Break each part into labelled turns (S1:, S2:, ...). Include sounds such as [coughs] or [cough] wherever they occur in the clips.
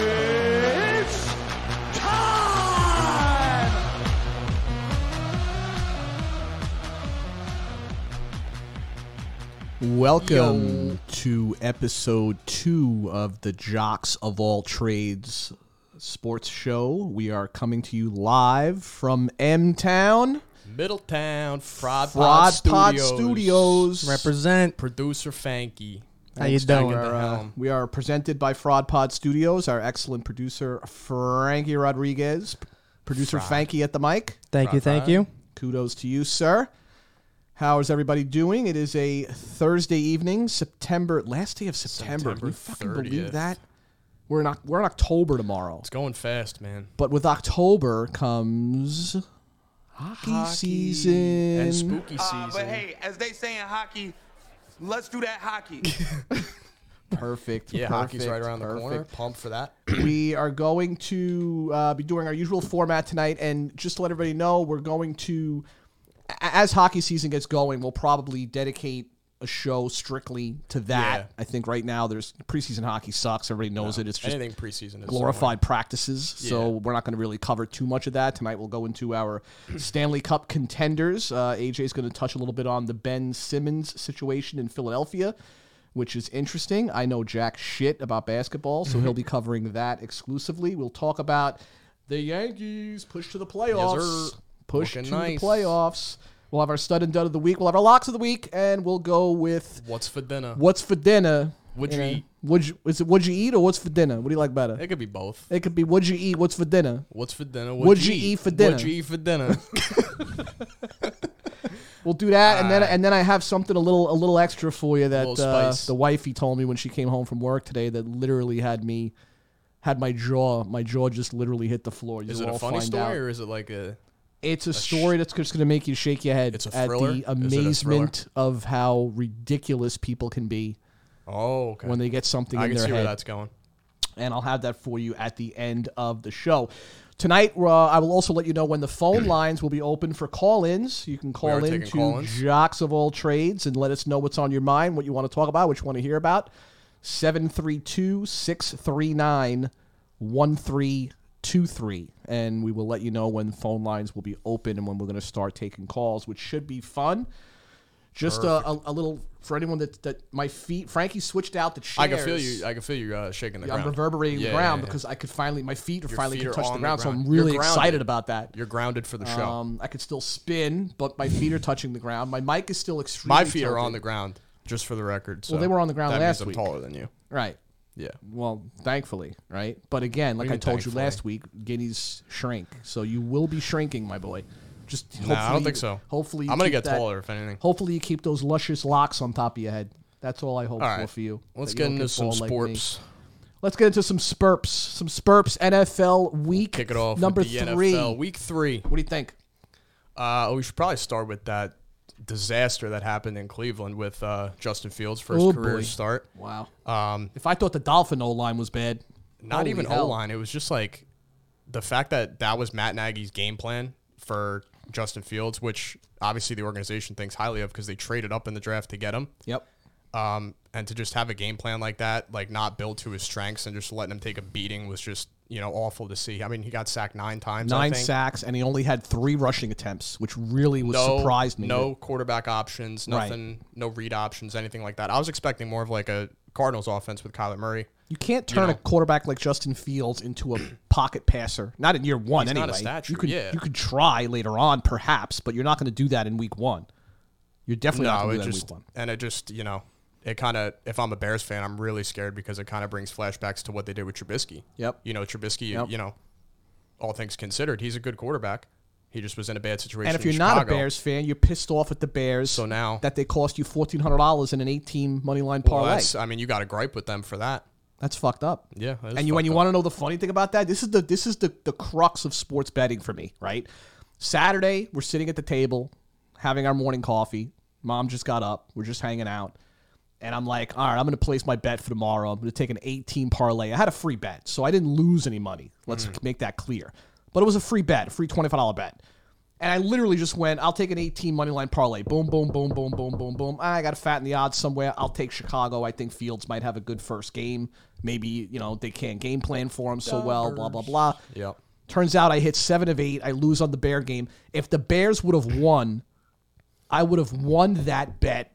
S1: It's time!
S2: Welcome to episode two of the Jocks of All Trades sports show. We are coming to you live from M Town,
S3: Middletown Fraud,
S2: Rod
S3: Pod,
S2: Pod
S3: Studios.
S2: Studios.
S4: Represent.
S3: Producer Fanky.
S4: How you
S3: Down
S4: doing?
S3: at the helm.
S2: we are presented by Fraud Pod Studios, our excellent producer, Frankie Rodriguez, p- producer Frankie at the mic.
S4: Thank you, thank you.
S2: Kudos to you, sir. How is everybody doing? It is a Thursday evening, September, last day of September. Can you fucking
S3: September
S2: believe
S3: 30th.
S2: that? We're in, Oc- we're in October tomorrow.
S3: It's going fast, man.
S2: But with October comes hockey, season.
S3: and spooky season.
S1: Uh, but hey, as they say in hockey, let's do that hockey.
S2: perfect.
S3: yeah, hockey's
S2: perfect,
S3: right around the corner.
S2: perfect.
S3: Pump for that.
S2: [clears throat] we are going to uh, be doing our usual format tonight, and just to let everybody know, we're going to, a- as hockey season gets going, we'll probably dedicate a show strictly to that.
S3: Yeah.
S2: I think right now there's preseason hockey sucks. Everybody knows it. It's just
S3: Anything preseason is
S2: glorified practices. So
S3: Yeah.
S2: we're not going to really cover too much of that tonight. We'll go into our Stanley Cup contenders. Uh, AJ is going to touch a little bit on the Ben Simmons situation in Philadelphia, which is interesting. I know jack shit about basketball, so
S3: [laughs]
S2: he'll be covering that exclusively. We'll talk about the Yankees push to the playoffs.
S3: Yes, sir.
S2: push
S3: Looking
S2: to
S3: nice.
S2: the playoffs. We'll have our stud and dud of the week. We'll have our locks of the week, and we'll go with
S3: What's for dinner?
S2: what's for dinner.
S3: What'd you
S2: know.
S3: eat?
S2: Would you is it would you eat or what's for dinner? What do you like better?
S3: It could be both.
S2: It could be what'd you eat? What's for dinner?
S3: What's for dinner?
S2: What'd you eat for dinner?
S3: What'd you eat for dinner?
S2: [laughs] We'll do that, and then and then I have something a little a little extra for you that
S3: Ah. Little
S2: uh,
S3: spice.
S2: the wifey told me when she came home from work today that literally had me had my jaw my jaw just literally hit the floor. You
S3: is it
S2: all
S3: a funny
S2: find
S3: story
S2: out.
S3: or is it like a?
S2: It's a story that's just going to make you shake your head
S3: It's a
S2: at
S3: thriller? Is
S2: the
S3: it a
S2: amazement of how ridiculous people can be
S3: Oh, okay.
S2: when they get something
S3: I
S2: in
S3: can
S2: their
S3: see
S2: head.
S3: where that's going.
S2: and I'll have that for you at the end of the show. Tonight, uh, I will also let you know when the
S3: [clears throat]
S2: phone lines will be open for call-ins. You can
S3: are
S2: call in
S3: taking
S2: to
S3: call-ins.
S2: Jocks of All Trades and let us know what's on your mind, what you want to talk about, what you want to hear about. 732-639-1323. And we will let you know when phone lines will be open and when we're going to start taking calls, which should be fun. Just a, a, a little for anyone that, that my feet. Frankie switched out the chairs.
S3: I can feel you. I can feel you uh, shaking the
S2: I'm
S3: ground.
S2: reverberating
S3: Yeah,
S2: the ground
S3: yeah, yeah.
S2: because I could finally my feet are
S3: Your
S2: finally
S3: feet
S2: can
S3: are
S2: touch the
S3: on the
S2: ground, so I'm
S3: ground.
S2: really
S3: You're
S2: excited
S3: grounded.
S2: about that.
S3: You're grounded for the show.
S2: Um, I could still spin, but my feet are touching the ground. My mic is still extremely.
S3: My feet are
S2: tilted.
S3: on the ground, just for the record. So
S2: they were on the ground
S3: that
S2: last
S3: means
S2: week.
S3: I'm taller than you.
S2: right.
S3: Yeah.
S2: Well, thankfully, right. But again, like
S3: do you
S2: I
S3: mean
S2: told you
S3: thankfully?
S2: last week, guineas shrink, so you will be shrinking, my boy. Just
S3: No, I
S2: hopefully-
S3: don't think so.
S2: Hopefully, you
S3: I'm gonna
S2: keep
S3: get
S2: that-
S3: taller if anything.
S2: Hopefully, you keep those luscious locks on top of your head. That's all I hope
S3: All
S2: for
S3: right,
S2: for you. that
S3: Let's
S2: you
S3: get
S2: don't
S3: into some
S2: bald like me.
S3: sports.
S2: Let's get into some spurps. Some spurps. NFL week.
S3: Kick it off. with
S2: Number
S3: the
S2: three.
S3: NFL, week three.
S2: What do you think?
S3: Uh, we should probably start with that disaster that happened in Cleveland with uh, Justin Fields' first
S2: Oh,
S3: career
S2: boy.
S3: start.
S2: Wow.
S3: Um,
S2: If I thought the Dolphin O line was bad,
S3: not
S2: holy
S3: even
S2: hell.
S3: O line. It was just like the fact that that was Matt Nagy's game plan for Justin Fields, which obviously the organization thinks highly of because they traded up in the draft to get him.
S2: Yep.
S3: Um, and to just have a game plan like that, like not build to his strengths and just letting him take a beating was just, you know, awful to see. I mean, he got sacked nine times. I
S2: Nine
S3: think.
S2: sacks, and he only had three rushing attempts, which really was surprised me.
S3: No quarterback options,
S2: Right.
S3: nothing, no read options, anything like that. I was expecting more of like a Cardinals offense with Kyler Murray.
S2: You can't turn
S3: know.
S2: a quarterback like Justin Fields into
S3: [clears throat]
S2: a pocket passer. Not in year one,
S3: He's
S2: anyway.
S3: not a statue,
S2: you could
S3: yeah.
S2: you could try later on, perhaps, but you're not going to do that in week one. You're definitely not
S3: No,
S2: going to
S3: it
S2: do that in
S3: just
S2: week one.
S3: and it just you know it kind of if I'm a Bears fan, I'm really scared because it kind of brings flashbacks to what they did with Trubisky.
S2: Yep.
S3: You know Trubisky.
S2: Yep.
S3: You know, all things considered, he's a good quarterback. He just was in a bad situation.
S2: And if you're
S3: in
S2: not a
S3: Chicago.
S2: Bears fan, you're pissed off at the Bears.
S3: So now-
S2: that they cost you fourteen hundred dollars in an eighteen money line
S3: well,
S2: parlay.
S3: that's,
S2: that's,
S3: I mean, you got a gripe with them for that.
S2: fucked up.
S3: Yeah, that is
S2: and you
S3: fucked
S2: and you
S3: up.
S2: want to know the funny thing about that? This is the this is the the crux of sports betting for me. Right, Saturday we're sitting at the table having our morning coffee. Mom just got up. We're just hanging out. And I'm like, all right, I'm going to place my bet for tomorrow. I'm going to take an 18 parlay. I had a free
S3: Mm.
S2: bet, so I didn't lose any money. Let's make that clear. But it was a free bet, a free $25 bet. And I literally just went, I'll take an 18 money line parlay. Boom, boom, boom, boom, boom, boom, boom. I got to fatten the odds somewhere. I'll take Chicago. I think Fields might have a good first game. Maybe, you know, they can't game plan for him so well, blah, blah, blah.
S3: Yep.
S2: Turns out I hit seven of eight. I lose on the Bear game. If the Bears would have won, I would have won that bet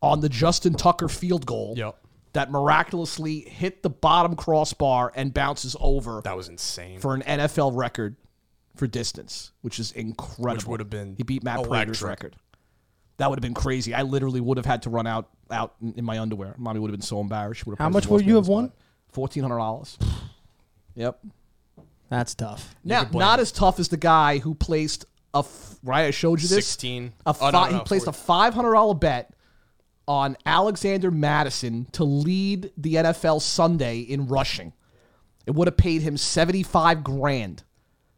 S2: on the Justin Tucker field goal
S3: Yep.
S2: that miraculously hit the bottom crossbar and bounces over
S3: That was insane.
S2: for an NFL record for distance, which is incredible.
S3: Which would have been
S2: he beat Matt Prater's
S3: electric.
S2: record. That would have been crazy. I literally would have had to run out out in, in my underwear. Mommy would have been so embarrassed. She would have
S4: How
S2: probably
S4: much
S2: just
S4: would
S2: lost
S4: you
S2: me on
S4: have
S2: the
S4: won?
S2: spot. Fourteen hundred dollars. yep.
S4: That's tough.
S2: Now, not as tough as the guy who placed a f- right. I showed you this.
S3: 16.
S2: A
S3: Oh, no,
S2: fi-
S3: no,
S2: he placed
S3: 40.
S2: a five hundred dollar bet on Alexander Madison to lead the NFL Sunday in rushing. It would have paid him seventy five grand.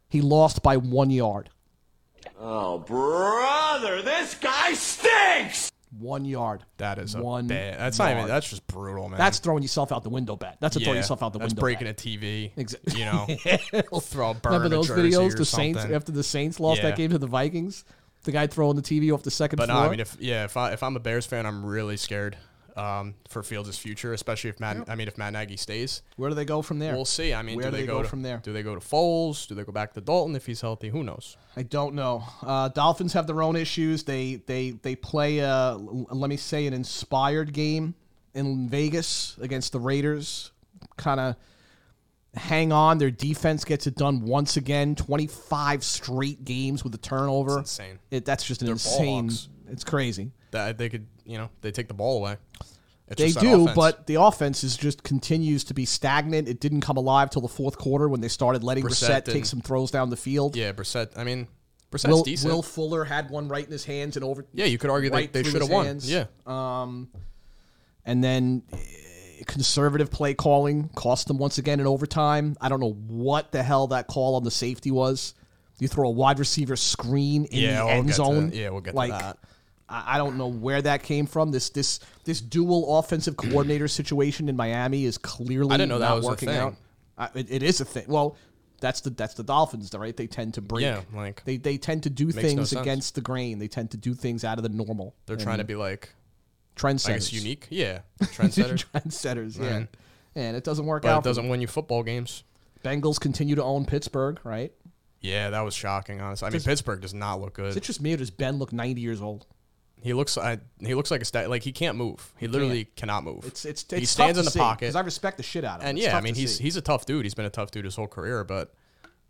S2: He lost by one yard.
S5: [laughs] Oh, brother, this guy stinks!
S2: One yard.
S3: That is a
S2: one.
S3: bad. That's not even.
S2: yard.
S3: That's just brutal, man.
S2: That's throwing yourself out the window bet. That's a throw
S3: Yeah,
S2: yourself out the
S3: that's
S2: window.
S3: breaking
S2: bet.
S3: a TV.
S2: Exactly.
S3: You know,
S2: [laughs]
S3: throw a burn
S2: Remember
S3: in a
S2: those
S3: jersey
S2: videos?
S3: or
S2: The Saints
S3: something.
S2: after the Saints lost
S3: Yeah.
S2: that game to the Vikings. The guy throwing the TV off the second
S3: But no,
S2: floor.
S3: I mean, if yeah, if I if I'm a Bears fan, I'm really scared um, for Fields' future, especially if Matt. I mean, if Matt Nagy stays,
S2: Where do they go from there?
S3: we'll see. I mean,
S2: where
S3: do they, go, to,
S2: from there?
S3: Do they go to Foles? Do they go back to Dalton if he's healthy? Who knows?
S2: I don't know. Uh, Dolphins have their own issues. They they they play uh l- let me say an inspired game in Vegas against the Raiders. Kind of hang on. Their defense gets it done once again. Twenty five straight games with a turnover.
S3: It's insane.
S2: It, that's just an insane.
S3: hawks.
S2: It's crazy.
S3: That they could, you know, they take the ball away. It's
S2: They
S3: just that
S2: do,
S3: offense.
S2: but the offense is just continues to be stagnant. It didn't come alive till the fourth quarter when they started letting
S3: Brissett
S2: Brissett, take
S3: didn't.
S2: some throws down the field.
S3: yeah, Brissett. I mean, Brissett's
S2: Will,
S3: decent.
S2: Will Fuller had one right in his hands and over.
S3: yeah, you could argue
S2: right
S3: they, they
S2: through
S3: should have
S2: his
S3: won.
S2: hands.
S3: Yeah,
S2: and then eh, conservative play calling cost them once again in overtime. I don't know what the hell that call on the safety was. You throw a wide receiver screen in
S3: Yeah,
S2: the
S3: we'll
S2: end
S3: get to
S2: zone.
S3: that. Yeah, we'll get to
S2: like,
S3: that.
S2: I I don't know where that came from. This this this dual offensive coordinator situation in Miami is clearly
S3: I didn't know that
S2: not
S3: was a
S2: working
S3: thing.
S2: out. I, it, it is a thing. Well, that's the that's the Dolphins, right? They tend to break.
S3: Yeah, like-
S2: they they tend to do
S3: no
S2: things
S3: sense.
S2: against the grain. They tend to do things out of the normal.
S3: they're trying to be like,
S2: trendsetters.
S3: I guess,
S2: [laughs]
S3: unique. Yeah, trendsetter.
S2: trendsetters. Yeah, and it doesn't work
S3: but
S2: out.
S3: it
S2: for
S3: doesn't win you football games.
S2: Bengals continue to own Pittsburgh, right?
S3: Yeah, that was shocking. Honestly, I mean, Pittsburgh does not look good.
S2: Is it just me or does Ben look 90 years old?
S3: He looks I, he looks like a stat like he can't move. He literally cannot move.
S2: It's it's, it's
S3: he stands in the pocket.
S2: because I respect the shit out of him.
S3: and
S2: It's
S3: yeah, I
S2: tough
S3: mean
S2: to
S3: he's
S2: see.
S3: he's a tough dude. He's been a tough dude his whole career, but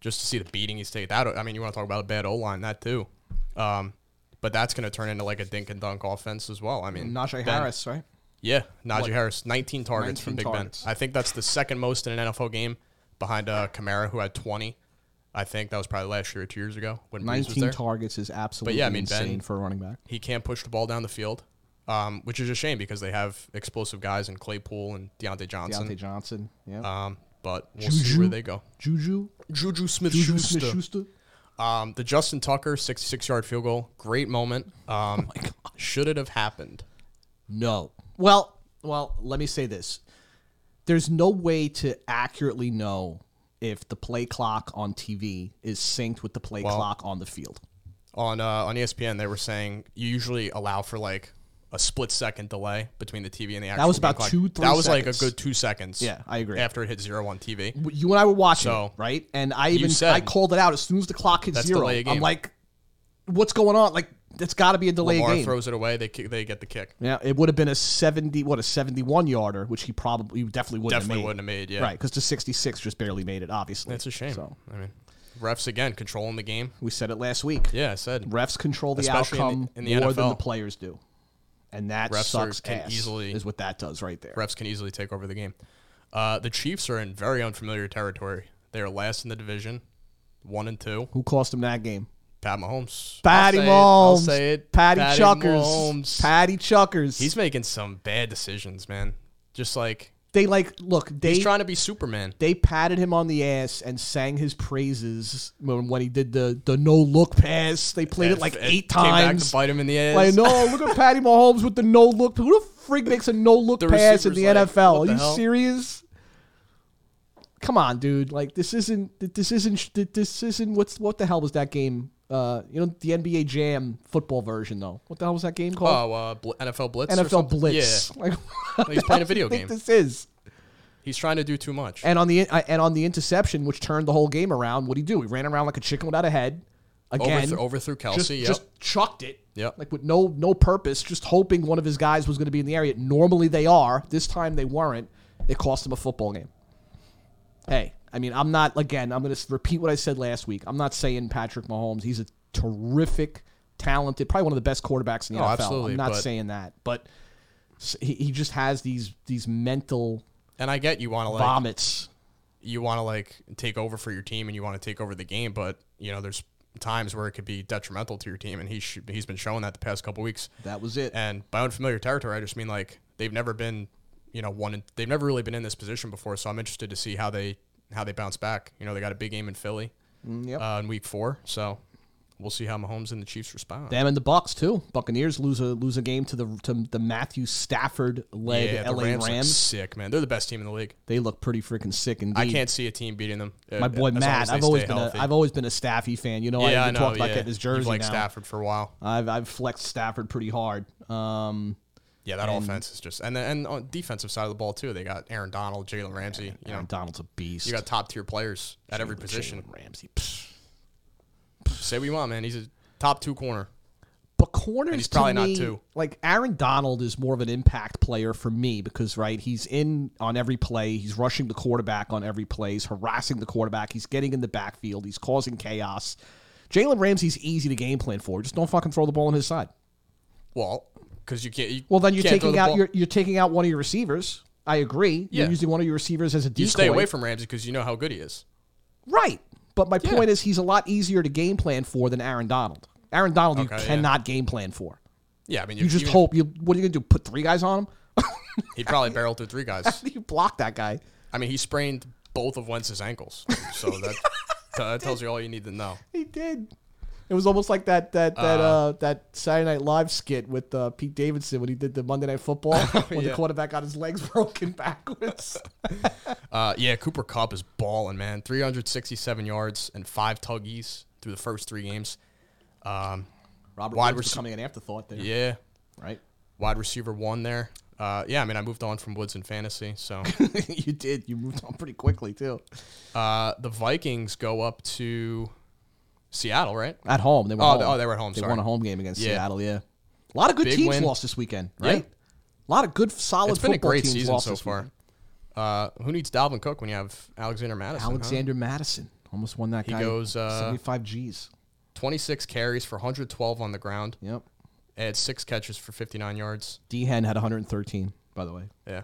S3: just to see the beating he's taken that I mean you want to talk about a bad O line that too. Um but that's going to turn into like a dink and dunk offense as well. I mean,
S2: Najee
S3: Ben-
S2: Harris, right?
S3: Yeah, Najee Harris, 19 targets
S2: 19
S3: from Big
S2: targets.
S3: Ben. I think that's the second most in an NFL game behind uh, Kamara, who had 20. I think that was probably last year or two years ago when Breeze was
S2: 19
S3: there.
S2: targets is absolutely
S3: mean, Ben-
S2: insane for a running back.
S3: He can't push the ball down the field, um, which is a shame because they have explosive guys in Claypool and Deontay Johnson.
S2: Deontay Johnson, yeah.
S3: Um, but we'll see where they go.
S2: Juju,
S3: Juju Smith
S2: Juju Smith-Schuster.
S3: Um, the Justin Tucker 66 yard field goal. Great moment.
S2: [laughs] Oh
S3: Um, Should it have happened?
S2: No. Well, well, let me say this. There's no way to accurately know if the play clock on TV is synced with the play clock on the field.
S3: On, uh, on ESPN, they were saying you usually allow for like a split second delay between the TV and the actual
S2: was
S3: game
S2: about
S3: clock.
S2: two, three
S3: That was like
S2: seconds.
S3: a good two seconds.
S2: Yeah, I agree.
S3: After it hit zero on TV.
S2: you and I were watching,
S3: So,
S2: it, right? And I even
S3: said-
S2: I called it out as soon as the clock hit
S3: That's
S2: zero.
S3: delay of
S2: I'm
S3: game.
S2: like, what's going on? Like, that's got to be a delay
S3: Lamar
S2: game.
S3: throws it away. They, kick, they get the kick.
S2: yeah, it would have been a seventy, what a seventy-one yarder, which he probably he definitely wouldn't
S3: Definitely
S2: have made.
S3: wouldn't have made. Yeah.
S2: Right, because the sixty-six just barely made it. Obviously,
S3: That's a shame.
S2: So
S3: I mean, refs again controlling the game.
S2: we said it last week.
S3: Yeah, I said.
S2: Refs control the
S3: Especially in the-
S2: outcome
S3: in the
S2: more than
S3: NFL.
S2: the players do, and that
S3: Refs are-
S2: sucks.
S3: can
S2: ass,
S3: easily-
S2: is what that does right there.
S3: refs can easily take over the game. Uh, the Chiefs are in very unfamiliar territory. They are last in the division, one and two.
S2: Who cost him that game?
S3: Pat Mahomes.
S2: Patty
S3: I'll say it.
S2: Mahomes.
S3: I'll say it.
S2: Patty, Chuckers.
S3: Mahomes.
S2: Patty Chuckers.
S3: He's making some bad decisions, man. Just like
S2: they like look. They
S3: he's trying to be Superman.
S2: they patted him on the ass and sang his praises when, when he did the the no look pass. They played it
S3: And
S2: like
S3: f-
S2: eight
S3: came back
S2: times.
S3: to bite him in the ass.
S2: Like no, look at Patty Mahomes with the no look. Who the frig makes a no look
S3: The
S2: pass in the
S3: receiver's like,
S2: NFL?
S3: what the
S2: Are you
S3: hell?
S2: serious? Come on, dude. Like this isn't this isn't this isn't what's what the hell was that game Uh, you know the NBA Jam football version though. What the hell was that game called?
S3: Oh, uh, Bl- NFL Blitz. or
S2: NFL
S3: something?
S2: Blitz.
S3: Yeah,
S2: Like, [laughs]
S3: Like, he's playing a video
S2: I think
S3: game.
S2: this is.
S3: He's trying to do too much.
S2: And on the uh, and on the interception, which turned the whole game around, what would he do? He ran around like a chicken without a head. Again,
S3: Overthrew, overthrew Kelsey.
S2: just,
S3: yep.
S2: just chucked it.
S3: Yep.
S2: Like with no no purpose, just hoping one of his guys was going to be in the area. Normally they are. This time they weren't. It cost him a football game. Hey, I mean, I'm not again, I'm going to repeat what I said last week. I'm not saying Patrick Mahomes, he's a terrific, talented, probably one of the best quarterbacks in the
S3: No,
S2: NFL.
S3: Oh, absolutely,
S2: I'm not
S3: but-
S2: saying that, but s- he, he just has these these mental
S3: and I get you want to like
S2: vomits.
S3: you want to like take over for your team and you want to take over the game, but you know there's times where it could be detrimental to your team, and he sh- he's been showing that the past couple weeks.
S2: That was it.
S3: And by unfamiliar territory, I just mean like they've never been, you know, one. In, they've never really been in this position before, so I'm interested to see how they how they bounce back. You know, they got a big game in Philly
S2: yep.
S3: uh, in Week Four, so we'll see how Mahomes and the Chiefs respond.
S2: Them and the Bucks too. Buccaneers lose a lose a game to the to the Matthew Stafford led
S3: yeah, the
S2: LA
S3: Rams,
S2: Rams.
S3: look sick man. They're the best team in the league.
S2: They look pretty freaking sick indeed.
S3: I can't see a team beating them. uh,
S2: My boy
S3: as long as
S2: Matt.
S3: they
S2: I've always
S3: stay
S2: been
S3: healthy.
S2: a I've always been a Staffy fan. You know,
S3: yeah,
S2: I
S3: I
S2: even
S3: know.
S2: talked about
S3: yeah.
S2: getting his jersey
S3: You've liked
S2: now.
S3: Stafford for a while.
S2: I've I've flexed Stafford pretty hard. Um,
S3: Yeah, that offense is just and then and on defensive side of the ball too. They got Aaron Donald, Jalen Ramsey. You know,
S2: Aaron Donald's a beast.
S3: you got top tier players at every
S2: Jalen
S3: position.
S2: Ramsey. Psh.
S3: Say we want, man. He's a top two corner.
S2: But corners
S3: he's probably
S2: to
S3: not
S2: me,
S3: too.
S2: Like Aaron Donald is more of an impact player for me because right, he's in on every play, he's rushing the quarterback on every play, he's harassing the quarterback, he's getting in the backfield, he's causing chaos. Jalen Ramsey's easy to game plan for. Just don't fucking throw the ball on his side.
S3: Well, because you can't. You
S2: Well, then you're
S3: can't throw
S2: taking
S3: the
S2: out
S3: ball.
S2: you're, you're taking out one of your receivers. I agree.
S3: Yeah.
S2: You're using one of your receivers as a decoy.
S3: You stay away from Ramsey because you know how good he is.
S2: right. But my
S3: Yeah.
S2: point is, he's a lot easier to game plan for than Aaron Donald. Aaron Donald,
S3: Okay,
S2: you
S3: yeah.
S2: cannot game plan for.
S3: Yeah, I mean,
S2: You just
S3: even-
S2: hope you. What are you gonna do? Put three guys on him? [laughs]
S3: he probably barreled through three guys.
S2: you block that guy.
S3: I mean, he sprained both of Wentz's ankles, so
S2: [laughs]
S3: that that tells you all you need to know.
S2: He did. It was almost like that that that uh, that Saturday Night Live skit with uh, Pete Davidson when he did the Monday Night [laughs] Football when the
S3: yeah.
S2: quarterback got his legs [laughs] broken backwards.
S3: Uh, yeah, Cooper Cup is balling, man. 367 yards and five tuggies through the first three games.
S2: Robert
S3: Wide
S2: Woods
S3: rece-
S2: becoming an afterthought there,
S3: Yeah,
S2: right? [laughs]
S3: wide receiver one there. Uh, yeah, I mean, I moved on from Woods in fantasy. So
S2: you did. You moved on pretty quickly too.
S3: uh, the Vikings go up to Seattle, right?
S2: At home, they were
S3: Oh,
S2: home.
S3: they- oh, they were at home,
S2: They
S3: sorry.
S2: won a home game against
S3: Yeah.
S2: Seattle. Yeah, a lot of good
S3: Big
S2: teams
S3: win.
S2: lost this weekend,
S3: Yeah.
S2: right? A lot of good, solid.
S3: It's been a
S2: football
S3: great
S2: teams
S3: season
S2: lost
S3: so
S2: this
S3: far.
S2: weekend.
S3: Uh, who needs Dalvin Cook when you have Alexander Madison? huh?
S2: Alexander Madison almost won that
S3: He
S2: guy.
S3: goes, uh,
S2: seventy-five G's.
S3: 26 carries for 112 on the ground.
S2: Yep.
S3: Had six catches for 59 yards.
S2: Hen had 113, by
S3: [laughs]
S2: the way.
S3: Yeah.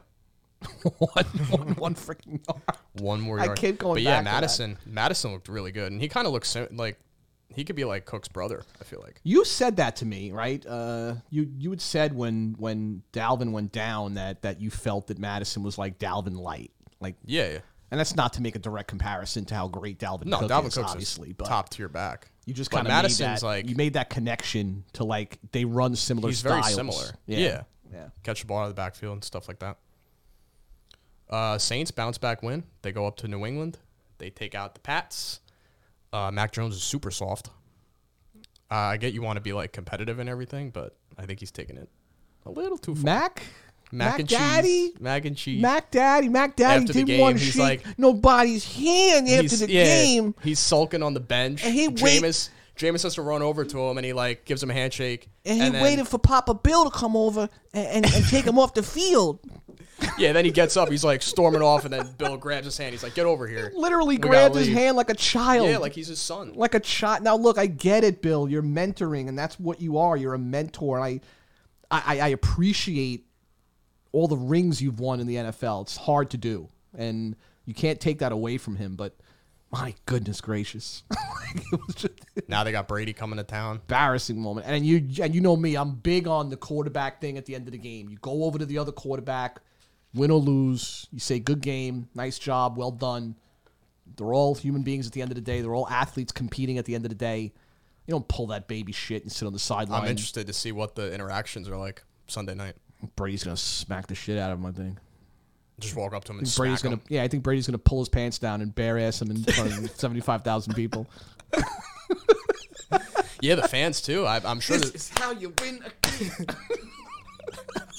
S3: [laughs]
S2: one, one, one freaking yard.
S3: One more
S2: I
S3: yard.
S2: keep going
S3: But yeah,
S2: back to that.
S3: Madison. Madison looked really good. And he kind of looks sim- like he could be like Cook's brother, I feel like.
S2: You said that to me, right? Uh, you you had said when when Dalvin went down that that you felt that Madison was like Dalvin light, like,
S3: Yeah, yeah.
S2: and that's not to make a direct comparison to how great Dalvin
S3: No,
S2: Cook
S3: Dalvin
S2: is,
S3: Cook's
S2: obviously,
S3: is
S2: but
S3: top tier back.
S2: you just
S3: But
S2: kind of
S3: Madison's
S2: made that,
S3: like
S2: you made that connection to like they run similar.
S3: he's very
S2: styles.
S3: similar. Yeah.
S2: yeah,
S3: Catch the ball out of the backfield and stuff like that. Uh, Saints bounce back win. They go up to New England. They take out the Pats. Uh, Mac Jones is super soft. Uh, I get you want to be like competitive and everything, but I think he's taking it a little too far.
S2: Mac,
S3: Mac, and
S2: Daddy.
S3: cheese. Mac and cheese.
S2: Mac Daddy, Mac Daddy
S3: After the
S2: didn't
S3: game,
S2: want to
S3: he's
S2: shake
S3: like-
S2: nobody's hand after
S3: He's-
S2: the
S3: yeah,
S2: game.
S3: He's sulking on the bench.
S2: And he wait-
S3: Jameis, Jameis has to run over to him and he like gives him a handshake.
S2: and he
S3: then-
S2: waited for Papa Bill to come over and, and, and take him off the field.
S3: [laughs] Yeah, then he gets up. He's like storming off, and then Bill grabs his hand. He's like, "Get
S2: [laughs]
S3: over here!"
S2: Literally
S3: We gotta
S2: grabbed his
S3: leave.
S2: hand like a child.
S3: Yeah, like he's his son.
S2: like a child. Now look, I get it, Bill. You're mentoring, and that's what you are. You're a mentor, and I, I, I appreciate all the rings you've won in the NFL. It's hard to do, and you can't take that away from him. But my goodness gracious, [laughs] Like, it was just an
S3: Now they got Brady coming to town.
S2: embarrassing moment. And you and you know me, I'm big on the quarterback thing at the end of the game. You go over to the other quarterback, win or lose, you say good game, nice job, well done. They're all human beings at the end of the day. They're all athletes competing at the end of the day. You don't pull that baby shit and sit on the
S3: I'm
S2: sideline.
S3: interested to see what the interactions are like Sunday night.
S2: Brady's gonna smack the shit out of him. I think
S3: Just walk up to him and
S2: Brady's
S3: smack
S2: gonna.
S3: him.
S2: Yeah, I think Brady's gonna pull his
S3: [laughs]
S2: pants down and bare ass him in front of seventy five thousand people.
S3: Yeah, the fans too. I, I'm sure that
S1: This is how you win. A-
S3: [laughs]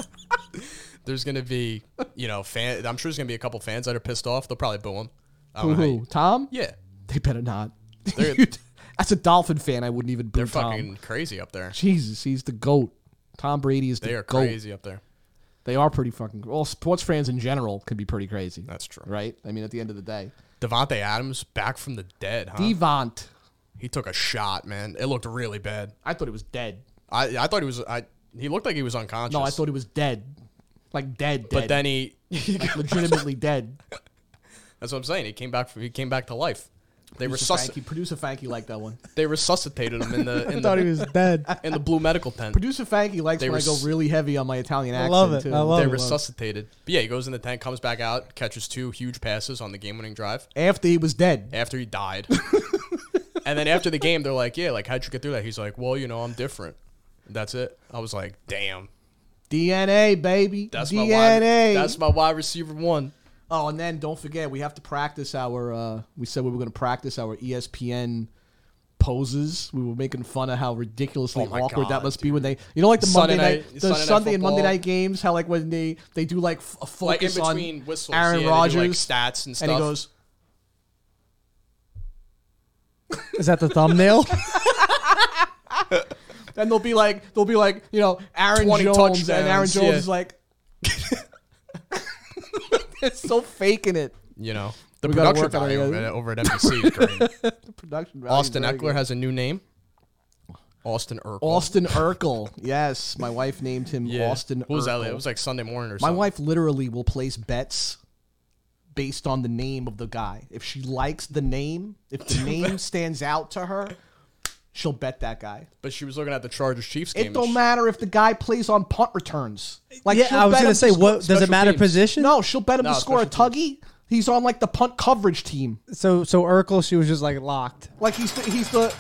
S3: there's gonna be, you know, fan. I'm sure there's gonna be a couple fans that are pissed off. They'll probably boo him. I don't know how you-
S2: Who? Tom?
S3: yeah,
S2: They better not.
S3: They're-
S2: You'd- [laughs] As a Dolphin fan, I wouldn't even boo
S3: they're
S2: Tom.
S3: fucking crazy up there.
S2: Jesus, he's the goat. Tom Brady is the
S3: They are
S2: goat.
S3: crazy up there.
S2: They are pretty fucking. All sports fans in general can be pretty crazy.
S3: That's true.
S2: right? I mean, at the end of the day,
S3: Devontae Adams back from the dead, huh?
S2: Devont.
S3: he took a shot, man. It looked really bad.
S2: I thought it was dead.
S3: I I thought he was I he looked like he was unconscious.
S2: No, I thought it was dead, like dead,
S3: but
S2: dead,
S3: then he
S2: [laughs]
S3: [laughs]
S2: like legitimately dead.
S3: that's what I'm saying. He came back he came back to life. They
S2: Producer
S3: resus-
S2: Frankie, producer Frankie liked that one.
S3: they resuscitated him
S2: [laughs]
S3: in the in
S4: thought he
S3: the
S4: was
S3: [laughs]
S4: dead.
S3: in the blue medical tent.
S2: Producer Frankie likes
S3: They
S2: when
S3: were
S2: I go
S3: s-
S2: really heavy on my Italian accent.
S4: love it.
S2: Too.
S4: I love
S3: They
S4: it.
S3: resuscitated. But yeah, he goes in the tent, comes back out, catches two huge passes on the game winning drive
S2: After he was dead,
S3: after
S2: [laughs]
S3: he died. and then after the game, they're like, Yeah, like how'd you get through that? He's like, Well, you know, I'm different. That's it. I was like, damn.
S2: DNA baby,
S3: That's my
S2: DNA.
S3: wide, that's my wide receiver one.
S2: Oh, and then don't forget, we have to practice our. Uh, we said we were going to practice our E ESPN poses. We were making fun of how ridiculously
S3: Oh my
S2: awkward that
S3: God,
S2: must be when they, you know, like the
S3: Sunday
S2: Monday night,
S3: night-
S2: the
S3: Sunday night
S2: Sunday, and Monday
S3: football.
S2: night games, how like when they they do like f- a focus
S3: Like in between
S2: on
S3: whistles,
S2: Aaron
S3: yeah, they do,
S2: Rodgers
S3: like, stats and stuff.
S2: and he goes,
S4: Is that the
S3: [laughs]
S4: thumbnail?
S2: then they'll be like, they'll be like, you know, Aaron
S3: 20
S2: Jones and Aaron
S3: touchdowns,
S2: Jones
S3: yeah.
S2: is like, [laughs] it's so faking it.
S3: you know the
S2: We gotta
S3: production
S2: work on
S3: value
S2: it,
S3: over
S2: yeah.
S3: at, over at NBC is
S2: [laughs]
S3: great.
S2: The production. value is
S3: Austin
S2: very
S3: Eckler
S2: good.
S3: has a new name. Austin Urkel.
S2: Austin Urkel. Yes, my wife named him
S3: Yeah.
S2: Austin.
S3: What was that?
S2: Urkel.
S3: It was like Sunday morning or
S2: My
S3: something.
S2: wife literally will place bets based on the name of the guy. If she likes the name, if
S3: [laughs]
S2: the name stands out to her, she'll bet that guy.
S3: But she was looking at the Chargers Chiefs game.
S2: It
S3: and
S2: don't
S3: she-
S2: matter if the guy plays on punt returns. Like
S4: yeah,
S2: she'll
S4: I was
S2: bet him
S4: gonna
S2: to
S4: say,
S2: score-
S4: what does
S3: special
S4: it matter
S3: teams.
S4: position?
S2: No, she'll bet him
S3: No,
S2: to score a
S3: special
S2: tuggy. He's on like the punt coverage team.
S4: So so Urkel, she was just like locked.
S2: Like he's the, he's the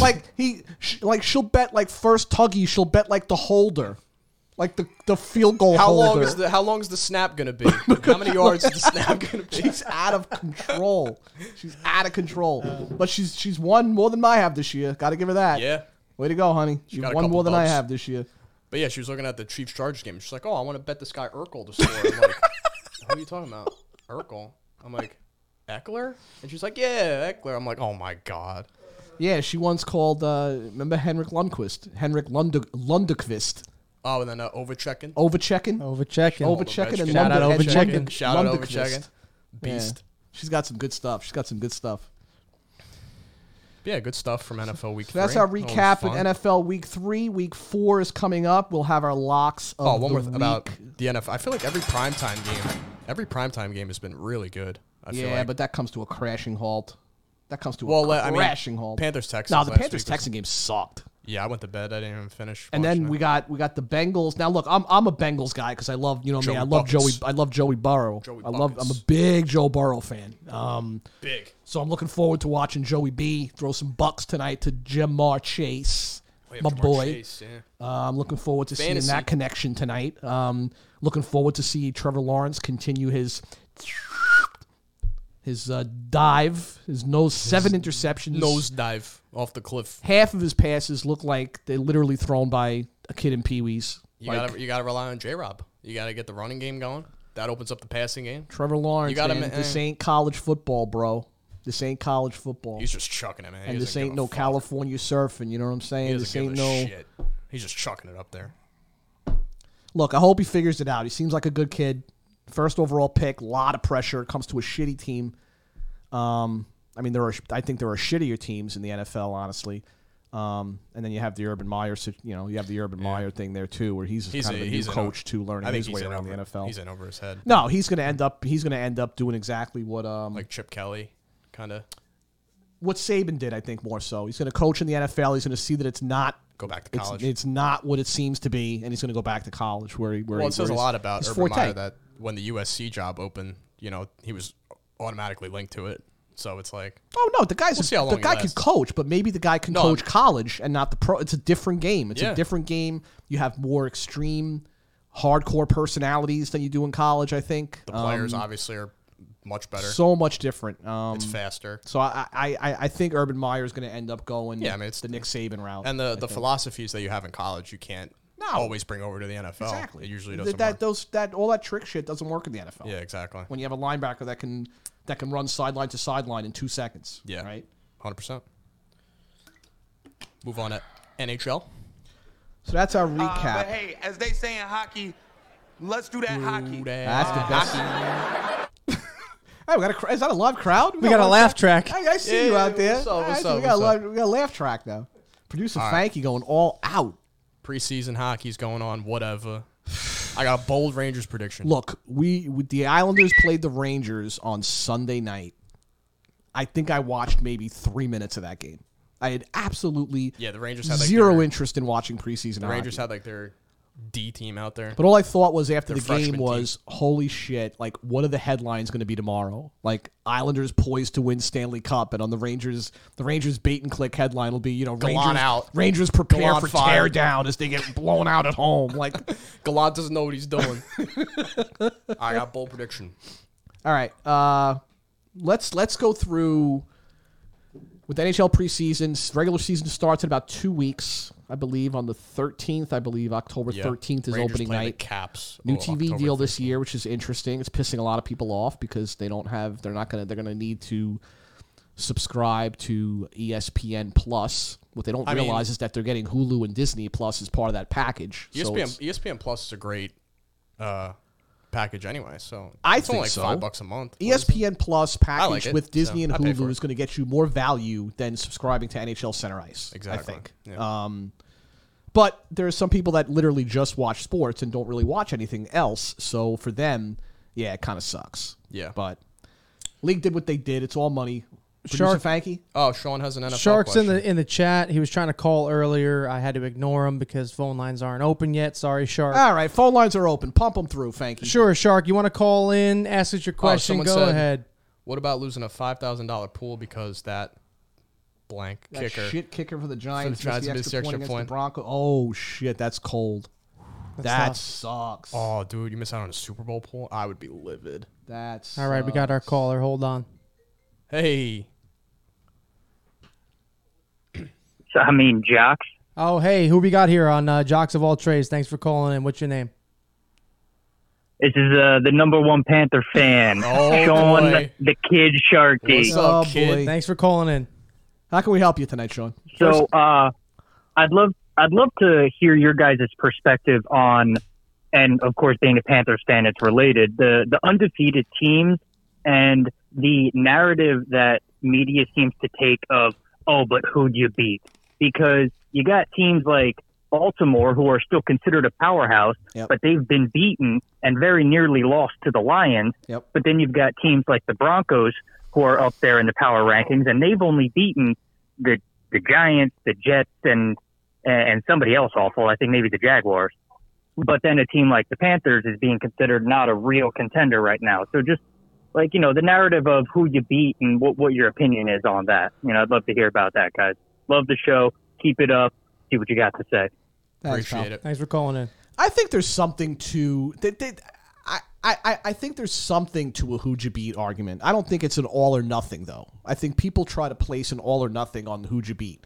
S2: like he sh- like she'll bet like first tuggy. She'll bet like the holder, like the the field goal.
S3: How long
S2: holder.
S3: is the How long is the snap
S2: [laughs]
S3: gonna be? how many yards is the snap gonna be?
S2: She's out of control. She's out of control. But she's she's won more than I have this year. Got to give her that.
S3: Yeah.
S2: Way to go, honey. You've
S3: got a
S2: won
S3: couple
S2: more than I
S3: dubs.
S2: have this year.
S3: But yeah, she was looking at the Chiefs Chargers game. She's like, "Oh, I want to bet this guy Urkel to score." I'm like, [laughs] "What are you talking about, Urkel?" I'm like, "Eckler," and she's like, "Yeah, Eckler." I'm like, "Oh my god."
S2: Yeah, she once called. Uh, remember Henrik Lundqvist? Henrik Lund- Lundqvist.
S3: Oh, and then uh, overchecking.
S2: Overchecking.
S4: Oh, Overchecking.
S2: Overchecking and
S4: Shout out
S2: Lunde- and
S4: Overchecking.
S2: Lunde-
S3: Shout out
S2: Lundqvist.
S3: overchecking.
S2: Yeah.
S3: Beast.
S2: She's got some good stuff. She's got some good stuff.
S3: Yeah, good stuff from NFL Week
S2: So that's
S3: three.
S2: our
S3: That was
S2: recap of
S3: fun.
S2: NFL Week Three. Week Four is coming up. We'll have our locks. Of
S3: Oh, one
S2: the
S3: more th-
S2: week.
S3: about the NFL. I feel like every primetime game, every primetime game has been really good. I feel
S2: Yeah,
S3: like.
S2: but that comes to a crashing halt. That comes to a
S3: well, let- I mean,
S2: crashing halt.
S3: Panthers Texans.
S2: No, the
S3: last
S2: Panthers
S3: week was-
S2: Texan game sucked.
S3: Yeah, I went to bed. I didn't even finish.
S2: And then
S3: watching
S2: we
S3: it.
S2: got we got the Bengals. Now look, I'm I'm a Bengals guy because I love you know me.
S3: Joey
S2: I love
S3: Buckets.
S2: Joey. I love Joey Burrow.
S3: Joey
S2: I love. I'm
S3: Buckets.
S2: a big Joe Burrow fan. Um,
S3: big.
S2: so I'm looking forward to watching Joey B throw some bucks tonight to Jamar Chase,
S3: Oh, yeah,
S2: my
S3: Jamar
S2: boy.
S3: Chase, yeah.
S2: Uh, I'm looking forward to
S3: Fantasy.
S2: seeing that connection tonight. Um, looking forward to see Trevor Lawrence continue his his uh, dive, his nose seven interceptions,
S3: Nosedive off the cliff.
S2: half of his passes look like they're literally thrown by a kid in Pee Wee's.
S3: You gotta you gotta rely on J Rob. You gotta get the running game going. That opens up the passing game.
S2: Trevor Lawrence,
S3: You gotta
S2: man,
S3: ma-
S2: this
S3: eh.
S2: ain't college football, bro. This ain't college football.
S3: He's just chucking it, man. He
S2: and this
S3: doesn't
S2: ain't
S3: give a
S2: no
S3: fuck.
S2: California surfing. You know what I'm
S3: He
S2: saying?
S3: doesn't
S2: This
S3: give
S2: ain't no.
S3: a shit. He's just chucking it up there.
S2: Look, I hope he figures it out. He seems like a good kid. First overall pick, lot of pressure. Comes to a shitty team. Um, I mean, there are. I think there are shittier teams in the NFL, honestly. Um, and then you have the Urban Meyer. sit- You know, you have the Urban Meyer thing there too, where he's,
S3: He's
S2: kind of
S3: a,
S2: a new
S3: he's an
S2: coach
S3: over-
S2: too, learning
S3: I think
S2: his
S3: he's
S2: way
S3: in
S2: around
S3: over-
S2: the NFL.
S3: He's in over his head.
S2: no, he's going to end up. He's going to end up doing exactly what um,
S3: Like Chip Kelly, kind of
S2: what Saban did, I think, more so. He's going to coach in the NFL. He's going to see that it's not
S3: go back to
S2: it's,
S3: college.
S2: it's not what it seems to be, and he's going to go back to college where he where he,
S3: Well, it says
S2: where
S3: a
S2: his-
S3: lot about
S2: his
S3: Urban
S2: forte.
S3: Meyer that when the USC job opened, you know, he was automatically linked to it. So it's like,
S2: Oh no, the guy's
S3: see how
S2: the
S3: long he
S2: guy can
S3: lasts.
S2: coach, but maybe the guy can
S3: No,
S2: coach
S3: I'm-
S2: college and not the pro. It's a different game. It's a
S3: Yeah.
S2: different game. You have more extreme, hardcore personalities than you do in college. I think Um,
S3: the players obviously are much better.
S2: So much different. Um,
S3: it's faster.
S2: so I, I, I I think Urban Meyer is going to end up going
S3: Yeah, I mean, it's-
S2: the Nick Saban route.
S3: And the, the philosophies that you have in college, you can't
S2: No.
S3: always bring over to the NFL.
S2: exactly
S3: It usually
S2: Th-
S3: doesn't
S2: that
S3: work.
S2: those that all that trick shit doesn't work in the NFL.
S3: yeah, exactly.
S2: When you have a linebacker that can that can run sideline to sideline in two seconds.
S3: Yeah.
S2: Right.
S3: 100%. Move on to NHL.
S2: So that's our
S1: Uh,
S2: recap.
S1: but hey, as they say in hockey, let's do that hockey.
S2: That's
S3: uh,
S2: the best. [laughs]
S3: [laughs]
S2: Hey, we got a, cr- is that a live crowd?
S4: We got a
S2: one-
S4: laugh track.
S2: Hey, I see
S3: Yeah,
S2: you
S3: yeah,
S2: out there.
S3: what's up,
S2: I
S3: what's
S2: see-
S3: up,
S2: we, got a
S3: what's up?
S2: live, we got a laugh track now. Producer
S3: All right.
S2: Frankie going all out.
S3: Preseason hockey's going on, whatever. I got a bold Rangers prediction.
S2: Look, we, we the Islanders played the Rangers on Sunday night. I think I watched maybe three minutes of that game. I had absolutely
S3: Yeah, the Rangers had, like,
S2: zero
S3: their-
S2: interest in watching preseason.
S3: the Rangers
S2: hockey.
S3: had like their D team out there.
S2: But all I thought was after
S3: Their
S2: the game
S3: freshman
S2: was, holy shit, like, what are the headlines going to be tomorrow? Like, Islanders poised to win Stanley Cup, and on the Rangers, the Rangers bait and click headline will be, you know,
S3: Gallant
S2: Rangers,
S3: out.
S2: Rangers prepare
S3: Gallant
S2: for tear
S3: fired.
S2: down as they get blown out at home. Like,
S3: [laughs] Gallant doesn't know what he's [laughs] doing. I got bold prediction.
S2: all right, uh, let's let's go through with NHL preseason. Regular season starts in about two weeks, I believe, on the 13th. I believe October 13th is
S3: Rangers
S2: opening
S3: play the
S2: night.
S3: Caps.
S2: new
S3: oh,
S2: TV
S3: October
S2: deal
S3: 13th.
S2: this year, which is interesting. It's pissing a lot of people off because they don't have they're not gonna they're gonna need to subscribe to E ESPN Plus. What they don't
S3: mean-
S2: realize is that they're getting Hulu and Disney Plus as part of that package. So
S3: ESPN
S2: it's-
S3: ESPN Plus is a great uh, package anyway. So
S2: I
S3: it's only
S2: think
S3: like
S2: so.
S3: five bucks a month.
S2: E
S3: What is it?
S2: ESPN Plus package
S3: like it,
S2: with Disney
S3: so
S2: and
S3: I pay for
S2: Hulu
S3: it.
S2: is going to get you more value than subscribing to NHL Center Ice. I
S3: Exactly.
S2: think.
S3: Yeah.
S2: Um, but there are some people that literally just watch sports and don't really watch anything else. So for them, yeah, it kind of sucks.
S3: Yeah.
S2: But league did what they did. It's all money. Producer
S4: Shark-
S2: Fanky.
S3: Oh, Sean has an NFL
S4: Sharks
S3: question.
S4: in the in the chat. He was trying to call earlier. I had to ignore him because phone lines aren't open yet. Sorry, Shark.
S3: Ah.
S2: All right, phone lines are open. Pump them through, Fanky.
S4: sure, Shark. You want to call in? Ask us your question.
S3: Oh, someone
S4: Go
S3: said-
S4: ahead.
S3: What about losing a five thousand dollar pool because that blank
S2: That
S3: kicker?
S2: shit kicker for the Giants.
S3: For the
S2: missed
S3: Giants,
S2: the
S3: missed
S2: extra
S3: the
S2: point
S3: extra
S2: against the
S3: point.
S2: Broncos. Oh shit, that's cold. that
S4: tough.
S2: sucks.
S3: Oh, dude, you miss out on a Super Bowl pool. I would be livid.
S2: That's
S4: All right, we got our caller. Hold on.
S3: Hey,
S6: So, I mean, jocks.
S4: Oh, hey, who we got here on uh, Jocks of All Trades? Thanks for calling in. What's your name?
S6: This is uh, the number one Panther fan,
S3: Oh,
S6: Sean
S3: boy.
S6: the Kid Sharky.
S3: What's up,
S2: Oh,
S3: kid?
S2: boy.
S4: Thanks for calling in.
S2: How can we help you tonight, Sean?
S6: So, uh, I'd love I'd love to hear your guys' perspective on, and of course, being a Panthers fan, it's related the the undefeated teams and the narrative that media seems to take of oh, but who'd you beat? Because you got teams like Baltimore who are still considered a powerhouse,
S2: Yep.
S6: but they've been beaten and very nearly lost to the Lions.
S2: Yep.
S6: But then you've got teams like the Broncos who are up there in the power rankings, and they've only beaten the the Giants, the Jets, and and somebody else awful. I think maybe the Jaguars. But then a team like the Panthers is being considered not a real contender right now. So just like you know the narrative of who you beat and what what your opinion is on that. You know, I'd love to hear about that, guys. Love the show. Keep it up. See what you got to say.
S2: Thanks, pal.
S3: appreciate it.
S4: Thanks for calling in.
S2: I think there's something to that. that- I, I, I think there's something to a who you beat argument. I don't think it's an all or nothing though. I think people try to place an all or nothing on who you beat.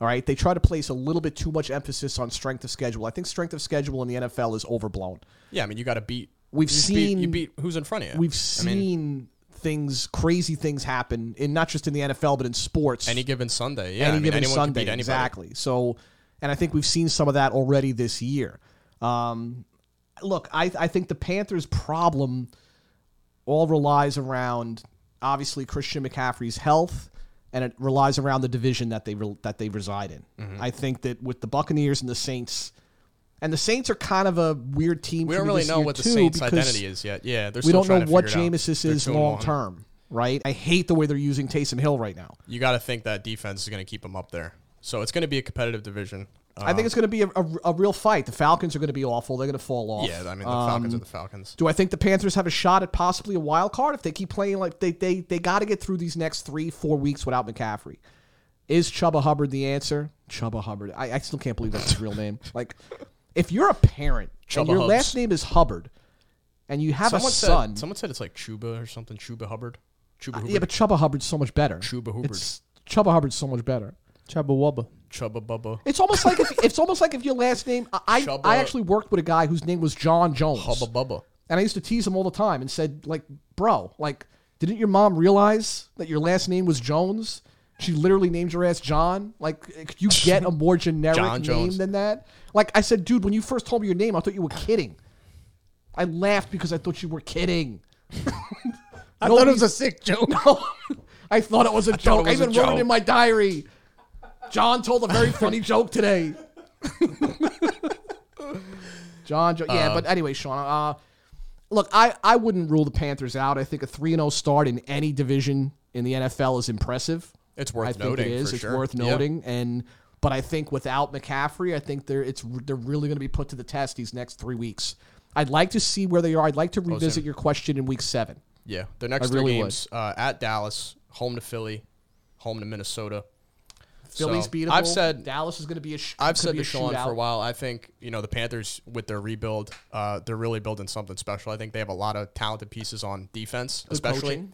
S2: All right, they try to place a little bit too much emphasis on strength of schedule. I think strength of schedule in the NFL is overblown.
S3: Yeah, I mean, you got to beat.
S2: We've
S3: you just
S2: seen-
S3: beat, you beat who's in front of you.
S2: We've
S3: I mean,
S2: seen things, crazy things happen in not just in the NFL but in sports.
S3: any given Sunday. Yeah,
S2: any
S3: I mean,
S2: given
S3: anyone
S2: Sunday.
S3: Can beat anybody.
S2: exactly. So, and I think we've seen some of that already this year. Um, look, I, I think the Panthers' problem all relies around obviously Christian McCaffrey's health, and it relies around the division that they re- that they reside in.
S3: Mm-hmm.
S2: I think that with the Buccaneers and the Saints, and the Saints are kind of a weird team.
S3: We
S2: for
S3: don't
S2: me
S3: really
S2: this
S3: know
S2: year,
S3: what the
S2: too,
S3: Saints'
S2: because
S3: identity is yet. Yeah, they're
S2: We
S3: still
S2: don't
S3: trying
S2: know
S3: to
S2: what
S3: figure it out.
S2: Jameis
S3: They're
S2: is
S3: two and one.
S2: long term. Right, I hate the way they're using Taysom Hill right now.
S3: You got to think that defense is going to keep them up there. So it's going to be a competitive division. Uh,
S2: I think it's going to be a, a, a real fight. The Falcons are going to be awful. They're going to fall off.
S3: Yeah, I mean the
S2: Um,
S3: Falcons are the Falcons.
S2: do I think the Panthers have a shot at possibly a wild card if they keep playing like they they they got to get through these next three four weeks without McCaffrey? Is Chuba Hubbard the answer? Chuba Hubbard. I, I still
S3: [laughs]
S2: can't believe that's his real name. Like, if you're a parent
S3: Chubba
S2: and your
S3: Hubs.
S2: last name is Hubbard, and you have
S3: someone
S2: a
S3: said
S2: son.
S3: someone said it's like Chuba or something. Chuba Hubbard. Chuba Hubbard.
S2: yeah, but Chuba Hubbard's so much better.
S3: Chuba Hubbard.
S2: It's, Chuba Hubbard's so much better.
S4: Chubba Wubba.
S3: Chuba Bubba.
S2: It's almost like if, it's almost like if your last name. I I,
S3: Chubba-
S2: I actually worked with a guy whose name was John Jones,
S3: Hubba Bubba.
S2: and I used to tease him all the time and said like, "Bro, like, didn't your mom realize that your last name was Jones? She literally named your ass John. Like, could you get a more generic
S3: John
S2: name
S3: Jones.
S2: than that? Like, I said, dude, when you first told me your name, I thought you were kidding. I laughed because I thought you were kidding.
S4: I
S2: thought it was a
S4: sick joke.
S2: [laughs] I thought it was a
S3: thought it
S2: joke. I
S3: was a
S2: even wrote it
S3: joke.
S2: in my diary. John told a very
S3: [laughs]
S2: funny joke today. John, jo- yeah, but anyway, Sean. Uh, look, I, I wouldn't rule the Panthers out. I think a three and zero start in any division in the NFL is impressive.
S3: It's worth
S2: I think
S3: noting,
S2: It is.
S3: for
S2: it's
S3: sure.
S2: worth
S3: Yeah.
S2: noting, and but I think without McCaffrey, I think they're it's they're really going to be put to the test these next three weeks. I'd like to see where they are. I'd like to revisit your question in week seven.
S3: [laughs] Yeah, their next
S2: I
S3: three
S2: really
S3: games uh, at Dallas, home to Philly, home to Minnesota.
S2: Philly's
S3: So,
S2: beatable.
S3: I've said
S2: Dallas is going to be a. Sh-
S3: I've
S2: could
S3: said
S2: be
S3: to
S2: a
S3: Sean
S2: shootout.
S3: for a while. I think you know the Panthers with their rebuild, uh, they're really building something special. I think they have a lot of talented pieces on defense, especially.
S2: coaching.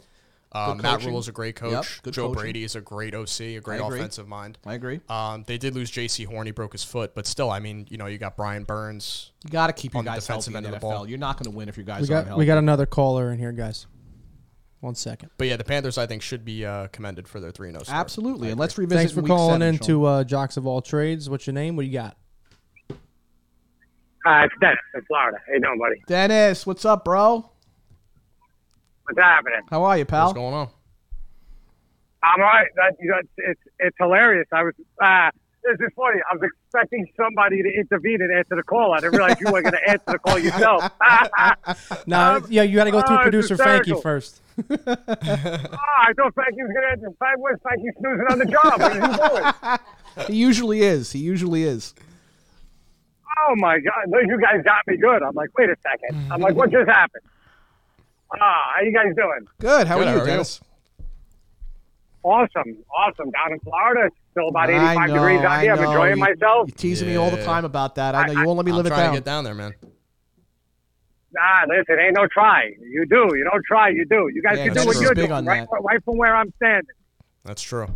S3: Uh,
S2: Good
S3: Matt
S2: coaching.
S3: Rule is a great
S2: Yep,
S3: coach.
S2: good
S3: Joe
S2: coaching.
S3: Brady is a great OC, a great
S2: agree.
S3: offensive mind.
S2: I agree.
S3: Um, they did lose J.C. Horn; he broke his foot, but still, I mean, you know, you got Brian Burns.
S2: You got to keep your
S3: on the
S2: guys
S3: defensive
S2: healthy in
S3: end
S2: the
S3: of the ball.
S2: NFL. You're not going to win if your guys
S4: We
S2: aren't
S4: got
S2: healthy.
S4: we got another caller in here, guys. One second.
S3: But yeah, the Panthers I think should be uh, commended for their three and zero.
S2: Absolutely, and let's revisit.
S4: Thanks for
S2: week
S4: calling
S2: seven,
S4: in
S2: Sean.
S4: to uh, Jocks of All Trades. What's your name? What do
S2: [laughs]
S4: you got?
S7: Hi, Uh, it's Dennis in Florida. Hey, doing, buddy?
S2: Dennis. What's up, bro?
S7: What's happening?
S2: How are you,
S3: What's
S2: pal?
S3: going on?
S7: I'm all right. That, you know, it's, it's it's hilarious. I was uh, this is funny. I was expecting somebody to intervene and answer the call. I didn't realize you were going to answer the call
S2: [laughs]
S7: yourself. oh,
S4: No, yeah, you got to go through
S7: oh, it's
S4: producer Frankie
S7: hysterical.
S4: first.
S7: I thought Frankie was going to answer. Frank, where's Frankie snoozing on the job? What is he doing?
S2: He usually is. He usually is.
S7: oh my god, no, you guys got me good. I'm like, wait a second. I'm like, what just happened? Ah, how you guys doing?
S2: Good. How
S3: Good,
S2: are
S3: how
S2: you,
S3: are you?
S2: Dennis?
S7: Awesome, awesome. Down in Florida, it's still about
S2: I
S7: 85
S2: know,
S7: degrees out
S2: I
S7: here. I'm
S2: know.
S7: enjoying
S2: You-
S7: myself.
S2: You teasing me all the
S3: Yeah.
S2: time about that. I know you won't let me
S3: I'm
S2: live it
S3: trying
S2: down.
S3: to get down there, man.
S7: Nah, listen, ain't no try. You do. You don't try. You do. You guys
S2: Yeah,
S7: can do
S2: that's
S7: what
S2: true.
S7: you're
S2: Big
S7: doing,
S2: on
S7: right,
S2: that.
S7: right from where I'm standing.
S3: That's true.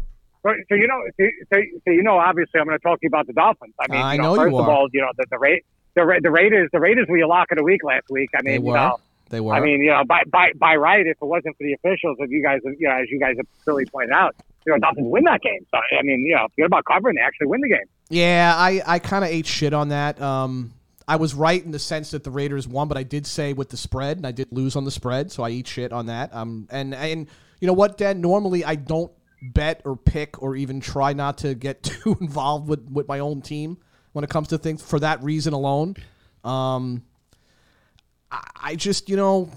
S7: So, so you know, so, so so you know, obviously, I'm going to talk to you about the Dolphins. I mean,
S2: I
S7: you know,
S2: know you
S7: first of
S2: are.
S7: all, you know, the the, Ra- the, Ra- the Raiders, the Raiders were your lock of the week last week. I mean,
S2: They
S7: you
S2: were.
S7: know,
S2: They were.
S7: I mean, you know, by, by by right, if it wasn't for the officials, if you guys, you know, as you guys have clearly pointed out, you know, Dolphins win that game. So I mean, you know, forget about covering; they actually win the game.
S2: Yeah, I, I kind of ate shit on that. Um, I was right in the sense that the Raiders won, but I did say with the spread, and I did lose on the spread, so I eat shit on that. Um, and and you know what, Dan? Normally, I don't bet or pick or even try not to get [laughs] too involved with with my own team when it comes to things for that reason alone. Um, I, I just you know,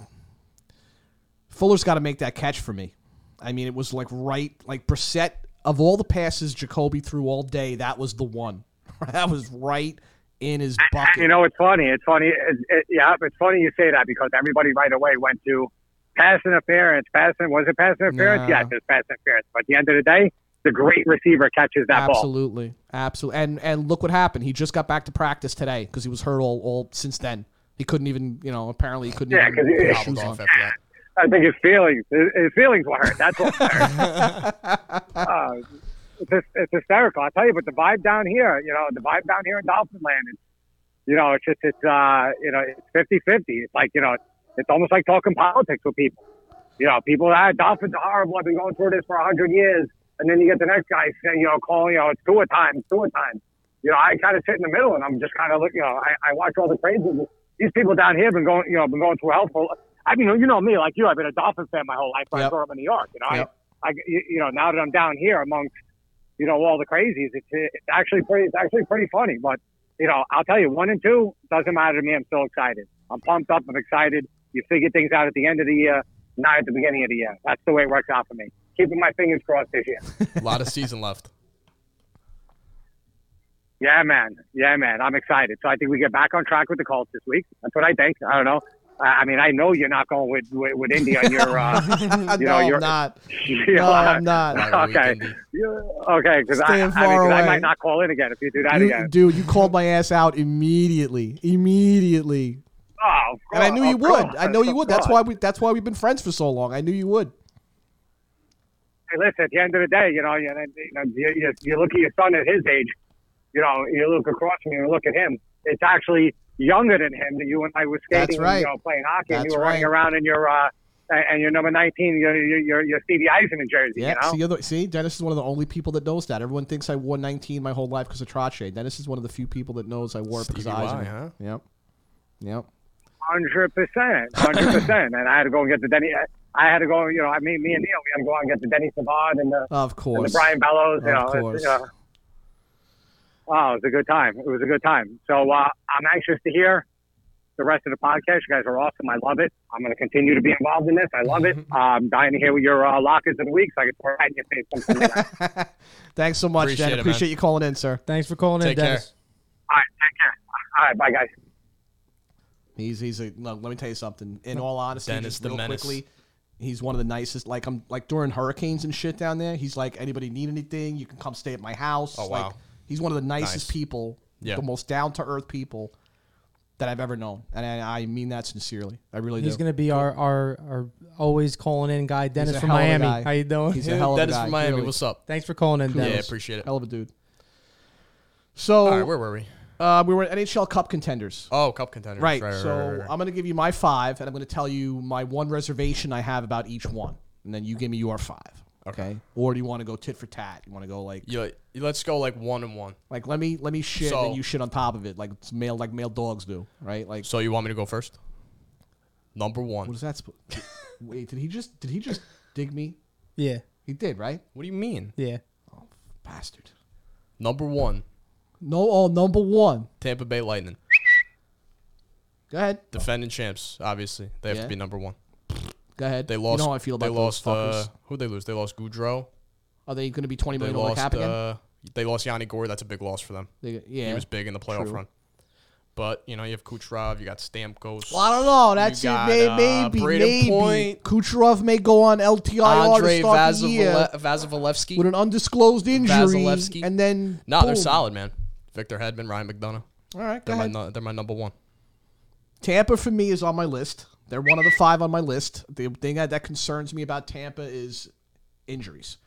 S2: Fuller's got to make that catch for me. I mean, it was like right, like Brissett of all the passes Jacoby threw all day, that was the one. [laughs] that was right in his bucket.
S7: You know, it's funny. It's funny. It, it, yeah, it's funny you say that because everybody right away went to pass interference. Pass in- was it pass interference?
S2: No.
S7: Yes, it's pass interference. But at the end of the day, the great receiver catches that ball.
S2: absolutely, absolutely. And and look what happened. He just got back to practice today because he was hurt all, all since then. He couldn't even, you know, apparently he couldn't
S7: Yeah,
S2: even
S7: 'cause
S2: put
S7: it- [laughs]
S2: his
S3: Hobbled
S2: shoes on. [laughs]
S3: off after that.
S7: I think his feelings, his, his feelings were hurt. That's what. uh, it's, hys- it's hysterical. I tell you, but the vibe down here, you know, the vibe down here in Dolphin Land, it's, you know, it's just it's uh, you know, it's fifty fifty. It's like you know, it's almost like talking politics with people. You know, people ah, Dolphins are horrible. I've been going through this for a hundred years, and then you get the next guy saying, you know, calling, you know, it's two a time, it's two a time. You know, I kind of sit in the middle, and I'm just kind of look. You know, I, I watch all the crazies. These people down here have been going, you know, been going through hell for. I mean, you know me, like you, I've been a Dolphin fan my whole life. but I
S2: Yep.
S7: grew up in New York. You know,
S2: Yep.
S7: I, I, you you know, now that I'm down here amongst you know all the crazies. It's it's actually pretty it's actually pretty funny. But you know, I'll tell you, one and two doesn't matter to me. I'm still excited. I'm pumped up. I'm excited. You figure things out at the end of the year, not at the beginning of the year. That's the way it works out for me. Keeping my fingers crossed this
S2: [laughs]
S7: year.
S3: A lot of season left.
S7: Yeah, man. Yeah, man. I'm excited. So I think we get back on track with the Colts this week. That's what I think. I don't know. I I mean, I know you're not going with with, with India. You're, uh,
S2: no,
S7: You know,
S2: I'm
S7: you're-
S2: not. [laughs]
S7: you're [laughs]
S2: No, I'm not.
S3: Rivalry
S7: okay,
S3: weekend.
S7: You- okay, because I, I,
S2: Staying
S7: mean,
S2: far
S7: 'cause I
S2: away.
S7: might not call in again if you do that
S2: You-
S7: again.
S2: dude, you called my ass out immediately. Immediately.
S7: Oh, of
S2: And I
S7: course,
S2: knew you
S7: of
S2: would.
S7: course,
S2: I know you
S7: of
S2: would. That's
S7: course.
S2: why we. That's why we've been friends for so long. I knew you would.
S7: hey, listen, at the end of the day, you know, you, you, know, you, you, you look at your son at his age, you know, you look across from you and look at him. It's actually younger than him that you and I were skating,
S2: That's
S7: and,
S2: right.
S7: you know, playing hockey, and
S2: That's
S7: you were running
S2: right.
S7: around in your uh, and and your number nineteen, your your your, your Stevie Eisenman jersey.
S2: Yeah.
S7: You know,
S2: See, you're the- see, Dennis is one of the only people that knows that. Everyone thinks I wore 19 my whole life because of Trache. Dennis is one of the few people that knows I wore it because of
S3: Stevie Y,
S2: Eisenman.
S3: huh?
S2: Yep. Yep.
S7: hundred
S2: [laughs]
S7: percent, hundred percent. And I had to go and get the Denny. I had to go. You know, I mean, me and Neil, we had to go out and get the Denny Savard and the
S2: Of
S7: and the
S2: course.
S7: Brian Bellows. You
S2: Of
S7: know, it's,
S2: course.
S7: you know. oh, it was a good time. It was a good time. So uh, I'm anxious to hear the rest of the podcast. You guys are awesome. I love it. I'm going to continue to be involved in this. I
S2: [laughs]
S7: love it. Uh, I'm dying to hear what your uh, lockers of the week so I can pour it right in your
S2: [laughs]
S7: face. Something like that.
S2: Thanks so much,
S3: Appreciate it,
S2: Dan.
S3: man.
S2: Appreciate you calling in, sir.
S4: Thanks for calling
S3: Take
S4: in,
S3: care.
S4: Dennis.
S7: All right, take care. All right, bye, guys.
S2: He's he's a look, let me tell you something. In all honesty,
S3: Dennis
S2: just
S3: the
S2: real
S3: Menace.
S2: quickly, he's one of the nicest. Like I'm like during hurricanes and shit down there. He's like anybody need anything, you can come stay at my house.
S3: Oh,
S2: like
S3: wow.
S2: he's one of the nicest
S3: Nice.
S2: people,
S3: Yeah.
S2: the most down to earth people that I've ever known, and I, I mean that sincerely. I really
S4: He's
S2: do.
S4: gonna be our, our our always calling in guy, Dennis
S2: a
S4: from
S2: hell of a
S4: Miami.
S2: guy.
S4: How you
S3: [laughs]
S4: doing?
S2: He's a hell of a
S3: Dennis
S2: guy,
S3: from Miami.
S2: really.
S3: What's up?
S4: [laughs] Thanks for calling in,
S3: Yeah,
S4: Dennis.
S3: appreciate it.
S2: hell of a dude. So
S3: All right, where were we?
S2: uh, we were at NHL Cup contenders.
S3: Oh, cup contenders.
S2: Right.
S3: right,
S2: so
S3: right, right, right.
S2: I'm going to give you my five, and I'm going to tell you my one reservation I have about each one, and then you give me your five. Okay. Or do you want to go tit for tat? You want to go like
S3: You- you- let's go like one and one.
S2: like let me let me shit
S3: So-
S2: and you shit on top of it like it's male like male dogs do, right? Like
S3: So you want me to go first? Number one.
S2: what is that? Sp- Wait, did he just did he just dig me?
S4: Yeah,
S2: He did, right?
S3: What do you mean?
S4: yeah.
S2: Bastard.
S3: Number one,
S2: No, all number one.
S3: Tampa Bay Lightning,
S2: Go ahead.
S3: defending champs. Obviously, they have
S2: Yeah.
S3: to be number one.
S2: Go ahead.
S3: They lost.
S2: You know how I feel about
S3: they
S2: those
S3: lost.
S2: fuckers.
S3: Uh, who they lose? They lost Goudreau.
S2: Are they going to be twenty
S3: They
S2: million dollar
S3: lost.
S2: cap again?
S3: Uh, they lost Yanni Gore. That's a big loss for them.
S2: They- yeah.
S3: He was big in the playoff
S2: True.
S3: run. But you know you have Kucherov, you got Stamkos,
S2: Well, I don't know. That's
S3: You
S2: it.
S3: got,
S2: May,
S3: uh,
S2: maybe,
S3: Braden
S2: maybe.
S3: Point.
S2: Kucherov may go on LTIR
S3: Andre
S2: to start the year
S3: Vasile- Vasilevsky.
S2: with an undisclosed injury,
S3: Vasilevsky.
S2: and then
S3: No, they're
S2: boom.
S3: solid, man. Victor Hedman, Ryan McDonough.
S2: All right, go
S3: They're my,
S2: ahead.
S3: nu- they're my number one.
S2: Tampa for me is on my list. They're one of the five on my list. The thing that, that concerns me about Tampa is injuries.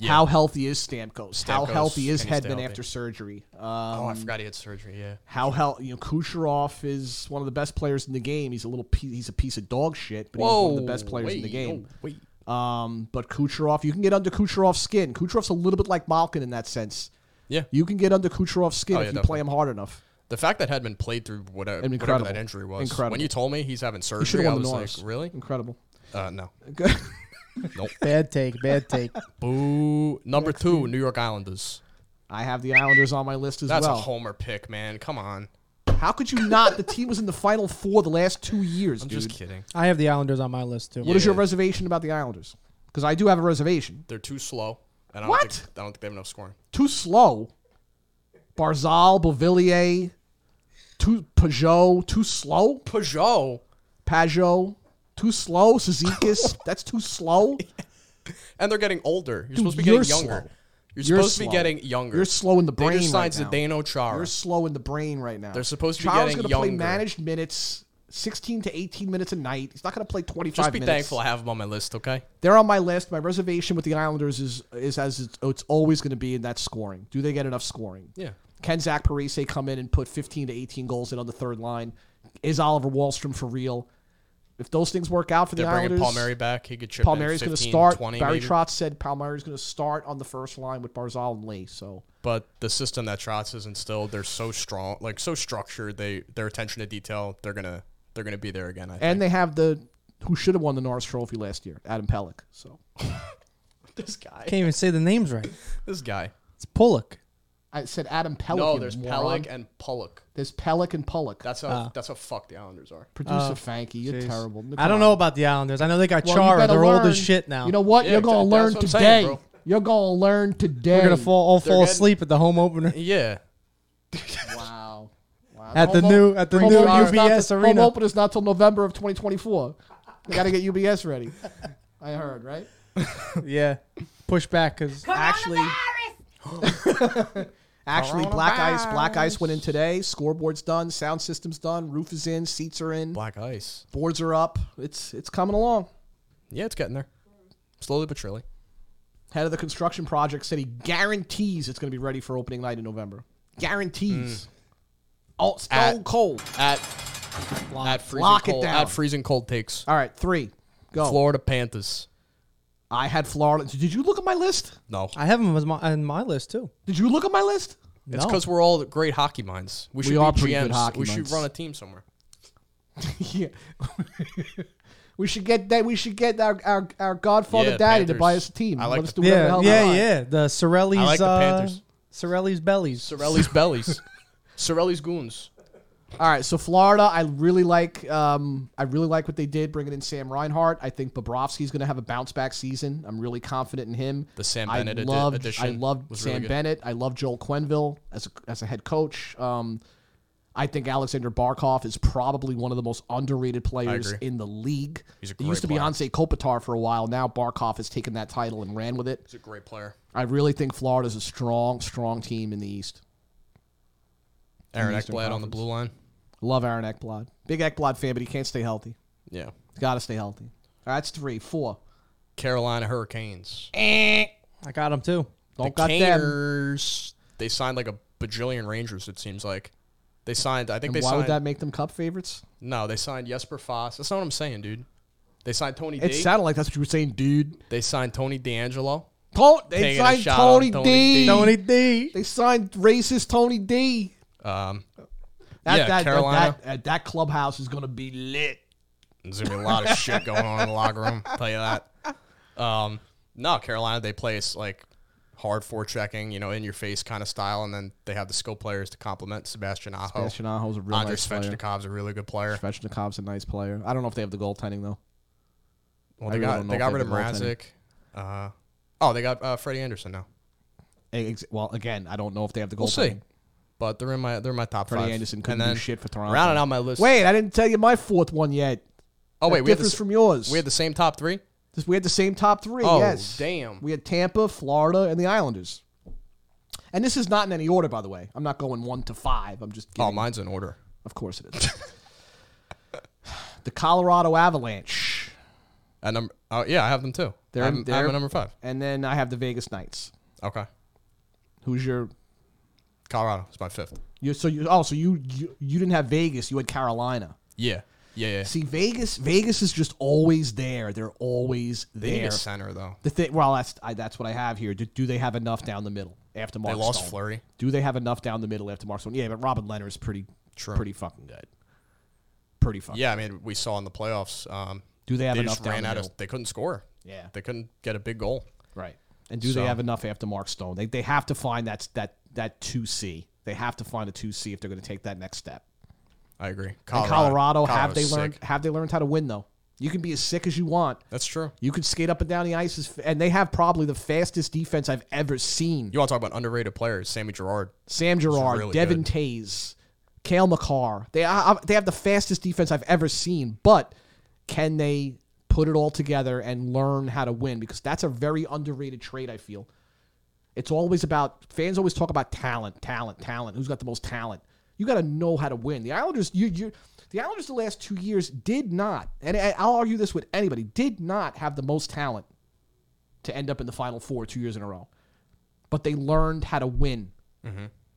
S2: How healthy is Stamkos? How
S3: Stamkos,
S2: healthy is
S3: and he's
S2: Hedman
S3: healthy.
S2: after surgery? Um,
S3: Oh, I forgot he had surgery. Yeah.
S2: How hell you know Kucherov is one of the best players in the game. He's a little piece, he's a piece of dog shit, but he's one of the best players in the
S3: wait,
S2: game.
S3: oh, wait.
S2: Um, but Kucherov, you can get under Kucherov's skin. Kucherov's a little bit like Malkin in that sense.
S3: Yeah.
S2: You can get under Kucherov's skin
S3: Oh,
S2: if
S3: yeah,
S2: you play him hard enough.
S3: The fact that Hedman played through whatever, whatever
S2: incredible.
S3: that injury was.
S2: Incredible.
S3: When you told me he's having
S2: He should
S3: surgery,
S2: have
S3: I
S2: won the
S3: was
S2: Norris.
S3: like, really?
S2: Incredible.
S3: Uh, no.
S4: Bad take. Bad take.
S3: Boo. Number two, New York Islanders.
S2: [laughs] I have the Islanders on my list as
S3: That's
S2: well.
S3: a homer pick, man. Come on.
S2: How could you not? The team was in the final four the last two years,
S3: I'm
S2: dude.
S3: just kidding.
S4: I have the Islanders on my list too.
S2: What is your
S3: Yeah.
S2: reservation about the Islanders? Because I do have a reservation.
S3: They're too slow. And I don't
S2: What?
S3: Think, I don't think they have enough scoring.
S2: Too slow. Barzal, Bovillier, too Peugeot, too slow.
S3: Peugeot.
S2: Pajot, too slow. Sezikis,
S3: [laughs]
S2: that's too slow.
S3: And they're getting older. You're supposed to be
S2: you're
S3: getting younger.
S2: slow.
S3: You're,
S2: You're
S3: supposed to
S2: slow.
S3: be getting younger.
S2: You're slow in the
S3: They
S2: brain
S3: just signed
S2: right now.
S3: Zdeno Chara.
S2: You're slow in the brain right now.
S3: They're supposed to be
S2: Chara's
S3: getting
S2: gonna play
S3: younger.
S2: managed minutes, 16 to 18 minutes a night. He's not going to play 25
S3: just be
S2: minutes.
S3: thankful I have them on my list, okay?
S2: They're on my list. My reservation with the Islanders is is as it's, it's always going to be in that scoring. Do they get enough scoring?
S3: Yeah.
S2: Can Zach Parise come in and put 15 to 18 goals in on the third line? Is Oliver Wallstrom for real? If those things work out for
S3: They're
S2: the
S3: bringing
S2: Islanders,
S3: Palmieri back. He could chip
S2: Palmieri's
S3: in
S2: going to
S3: 15,
S2: start.
S3: 20
S2: Barry
S3: maybe.
S2: Trotz said Palmieri's going to start on the first line with Barzal and Lee. So
S3: But the system that Trotz has instilled, they're so strong, like so structured. They their attention to detail, they're gonna they're gonna be there again. I
S2: and they have the who should have won the Norris Trophy last year, Adam Pellick. So
S3: think. this guy,
S4: Can't even say the names right.
S3: this guy.
S4: It's Pollock.
S2: I said Adam Pellick.
S3: no,
S2: you
S3: there's
S2: moron.
S3: Pellick and Pollock.
S2: There's Pellick and Pollock.
S3: That's how that's how fuck the Islanders are.
S2: Producer Fanky, you're terrible.
S4: Oh, I don't
S2: Come
S4: know
S2: on.
S4: about the Islanders. I know they got
S2: Well, you
S4: Chara.
S2: better
S4: They're old
S2: learn.
S4: as shit now.
S2: You know what?
S3: Yeah,
S2: You're gonna
S3: exactly.
S2: learn
S3: That's what I'm saying,
S2: today.
S3: bro.
S2: You're gonna learn today.
S4: we're gonna fall all fall
S3: getting-
S4: asleep at the home opener
S3: Yeah,
S2: Wow. wow.
S4: at the
S2: Home
S4: new
S2: op-
S4: at the
S2: home
S4: new
S2: opener's not till-
S4: UBS
S2: Home
S4: arena.
S2: opener's not till November of 2024. They gotta get UBS ready. [laughs] I heard, right?
S4: Yeah, push back because actually
S2: Actually, Black Ice, Black Ice went in today. Scoreboard's done, sound system's done, roof is in, seats are in,
S3: Black Ice.
S2: boards are up. It's it's coming along.
S3: Yeah, it's getting there. Slowly but surely.
S2: Head of the construction project said he guarantees it's going to be ready for opening night in November. Guarantees. All stone
S3: Mm. At-
S2: cold.
S3: At at freezing
S2: lock it
S3: cold,
S2: down. Oh.
S3: at freezing cold takes.
S2: All right, three. Go.
S3: Florida Panthers.
S2: I had Florida. Did you look at my list?
S3: No,
S4: I have them as my, on my list too.
S2: Did you look at my list?
S3: it's because we're all great hockey minds. We should
S2: are
S3: be
S2: pretty good
S3: GMs.
S2: hockey
S3: we should
S2: minds.
S3: run a team somewhere.
S2: yeah. [laughs] we should get that. We should get our our, our Godfather
S3: Yeah,
S2: Daddy to
S3: Panthers.
S2: buy us a team.
S3: I like
S2: Let us
S3: the-
S2: do whatever the
S4: Yeah,
S2: hell we
S4: yeah,
S2: want.
S4: yeah. The Sorelli's.
S3: I like the
S4: uh,
S3: Panthers.
S4: Sorelli's
S2: [laughs]
S4: bellies.
S3: Sorelli's bellies. Sorelli's goons.
S2: All right, so Florida, I really like. Um, I really like what they did bringing in Sam Reinhart. I think Bobrovsky's going to have a bounce back season. I'm really confident in him.
S3: The Sam
S2: I
S3: Bennett addi-
S2: loved, I
S3: addition
S2: loved
S3: was
S2: Sam
S3: really good.
S2: Bennett. I love Joel Quenville as a, as a head coach. Um, I think Alexander Barkov is probably one of the most underrated players
S3: agree.
S2: in the league.
S3: He's a
S2: he used
S3: great
S2: to be
S3: player.
S2: Anse Kopitar for a while. Now Barkov has taken that title and ran with it.
S3: He's a great player.
S2: I really think Florida's a strong, strong team in the East.
S3: Aaron
S2: Eastern
S3: Eckblad on the
S2: Conference.
S3: blue line.
S2: Love Aaron Eckblad. Big Eckblad fan, but he can't stay healthy.
S3: Yeah.
S2: He's got to stay healthy. All right, that's three. Four.
S3: Carolina Hurricanes.
S4: I got them too.
S2: Don't
S3: The
S2: got them.
S3: Cangers, They signed like a bajillion Rangers. It seems like they signed. I think
S2: And
S3: they
S2: why
S3: signed.
S2: would that make them cup favorites?
S3: no, they signed Jesper Foss. That's not what I'm saying, dude. They signed Tony.
S2: It
S3: D.
S2: sounded like that's what you were saying, dude.
S3: They signed Tony D'Angelo.
S2: Tony, they
S3: Taking a
S2: signed
S3: shot on
S2: Tony,
S3: Tony
S2: D.
S3: D.
S4: Tony D.
S2: They signed racist Tony D.
S3: Um,
S2: That,
S3: Yeah,
S2: that,
S3: Carolina.
S2: That, that, that clubhouse is going to be lit.
S3: there's gonna be a lot of shit going on in the locker room. Tell you that. Um, no, Carolina. They play s- like hard forechecking, you know, in your face kind of style, and then they have the skill players to complement Sebastian Aho.
S2: Sebastian Aho's a real
S3: Oh. Andre
S2: nice player.
S3: Svechnikov's a really good player.
S2: Svechnikov's a nice player. I don't know if they have the goaltending, though.
S3: Well,
S2: I
S3: they
S2: really don't
S3: got
S2: know
S3: they
S2: if
S3: got
S2: they
S3: rid of
S2: have a
S3: Mrazek. Uh, oh, they got uh, Freddie Anderson now.
S2: Ex- Well, again, I don't know if they have the goaltending.
S3: We'll see. But they're in my they're in my top
S2: Freddie
S3: five.
S2: Anderson
S3: and
S2: couldn't
S3: then
S2: do shit for Toronto.
S3: Rounding out my list.
S2: Wait, I didn't tell you my fourth one yet.
S3: oh wait,
S2: That
S3: we had, the,
S2: differs
S3: s-
S2: from yours.
S3: we had the same top three.
S2: This- We had the same top three.
S3: Oh,
S2: yes.
S3: damn.
S2: We had Tampa, Florida, and the Islanders. And this is not in any order, by the way. I'm not going one to five. I'm just
S3: Oh,
S2: giving.
S3: mine's in order.
S2: Of course it is. [laughs] the Colorado Avalanche.
S3: At number, oh yeah, I have them too.
S2: They're-
S3: I'm,
S2: they're-
S3: I'm at number five.
S2: And then I have the Vegas Knights.
S3: Okay,
S2: Who's your.
S3: Colorado is my fifth.
S2: You, so you oh so you, you you didn't have Vegas you had Carolina.
S3: Yeah, yeah, yeah.
S2: See Vegas Vegas is just always there. They're always
S3: they need
S2: there.
S3: a center though.
S2: The thing, well, that's I, that's what I have here. Do, do they have enough down the middle after Mark?
S3: lost
S2: Stone?
S3: Fleury.
S2: Do they have enough down the middle after Mark Stone? Yeah, but Robin Leonard's pretty,
S3: True.
S2: pretty fucking good. Pretty fucking.
S3: Yeah, I mean we saw in the playoffs. Um,
S2: Do they have
S3: they
S2: enough
S3: just
S2: down
S3: ran
S2: the
S3: out
S2: middle?
S3: of. They couldn't score.
S2: Yeah.
S3: they couldn't get a big goal.
S2: Right. And do
S3: So-
S2: they have enough after Mark Stone? They they have to find that that that two C. They have to find a two C if they're going to take that next step.
S3: I agree.
S2: And Colorado, have
S3: Oh, Colorado's
S2: they
S3: sick.
S2: learned? Have they learned how to win though? You can be as sick as you want.
S3: That's true.
S2: You can skate up and down the ice, as, and they have probably the fastest defense I've ever seen.
S3: You want to talk about underrated players? Sammy Gerard.
S2: Sam Gerard,
S3: really
S2: Devin
S3: good.
S2: Tays, Kale McCarr. They I, I- they have the fastest defense I've ever seen, but can they put it all together and learn how to win? Because that's a very underrated trait. I feel it's always about fans always talk about talent, talent, talent. Who's got the most talent? You got to know how to win. The Islanders, you you. The Islanders the last two years did not, and I- I'll argue this with anybody, did not have the most talent to end up in the Final Four two years in a row. But they learned how to win.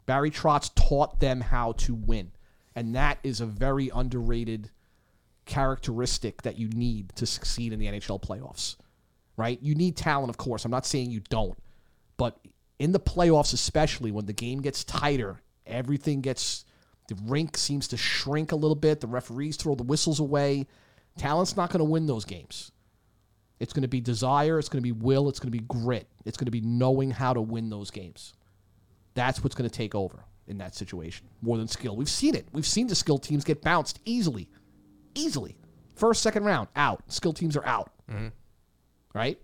S2: Barry Trotz taught them how to win. And that is a very underrated characteristic that you need to succeed in the NHL playoffs, right? You need talent, of course. I'm not saying you don't. But in the playoffs, especially when the game gets tighter, everything gets, the rink seems to shrink a little bit. The referees throw the whistles away. Talent's not going to win those games. It's going to be desire. It's going to be will. It's going to be grit. It's going to be knowing how to win those games. That's what's going to take over in that situation more than skill. We've seen it. We've seen the skill teams get bounced easily, easily. First, second round, out. Skill teams are out. Right?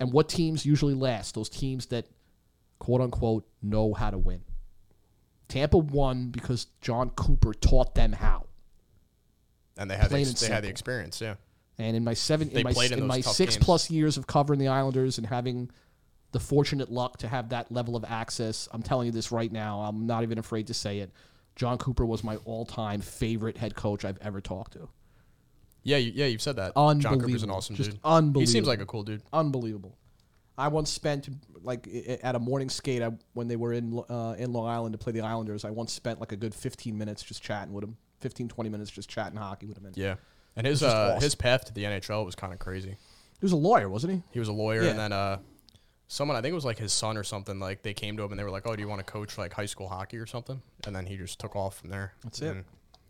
S2: And what teams usually last? Those teams that, quote unquote, know how to win. Tampa won because John Cooper taught them how.
S3: And they had the,
S2: Plain
S3: ex-
S2: and
S3: they had the
S2: simple.
S3: experience. Yeah.
S2: And in my seven, in
S3: They
S2: my,
S3: played in
S2: in
S3: those
S2: my
S3: tough
S2: six
S3: games.
S2: plus years of covering the Islanders and having the fortunate luck to have that level of access. I'm telling you this right now. I'm not even afraid to say it. John Cooper was my all-time favorite head coach I've ever talked to.
S3: Yeah, you, yeah, you've said that. John Cooper's an
S2: Unbelievable.
S3: awesome
S2: Just
S3: dude. He seems
S2: unbelievable.
S3: like a cool dude.
S2: unbelievable. I once spent like i- i- at a morning skate I, when they were in uh, in Long Island to play the Islanders. I once spent like a good 15 minutes just chatting with him. 15 20 minutes just chatting hockey with him. And
S3: Yeah, and his uh,
S2: just awesome.
S3: his path to the NHL was kind of crazy.
S2: He was a lawyer, wasn't he?
S3: He was a lawyer,
S2: Yeah.
S3: and then uh, someone I think it was like his son or something. Like they came to him and they were like, "Oh, do you want to coach like high school hockey or something?" And then he just took off from there.
S2: That's it.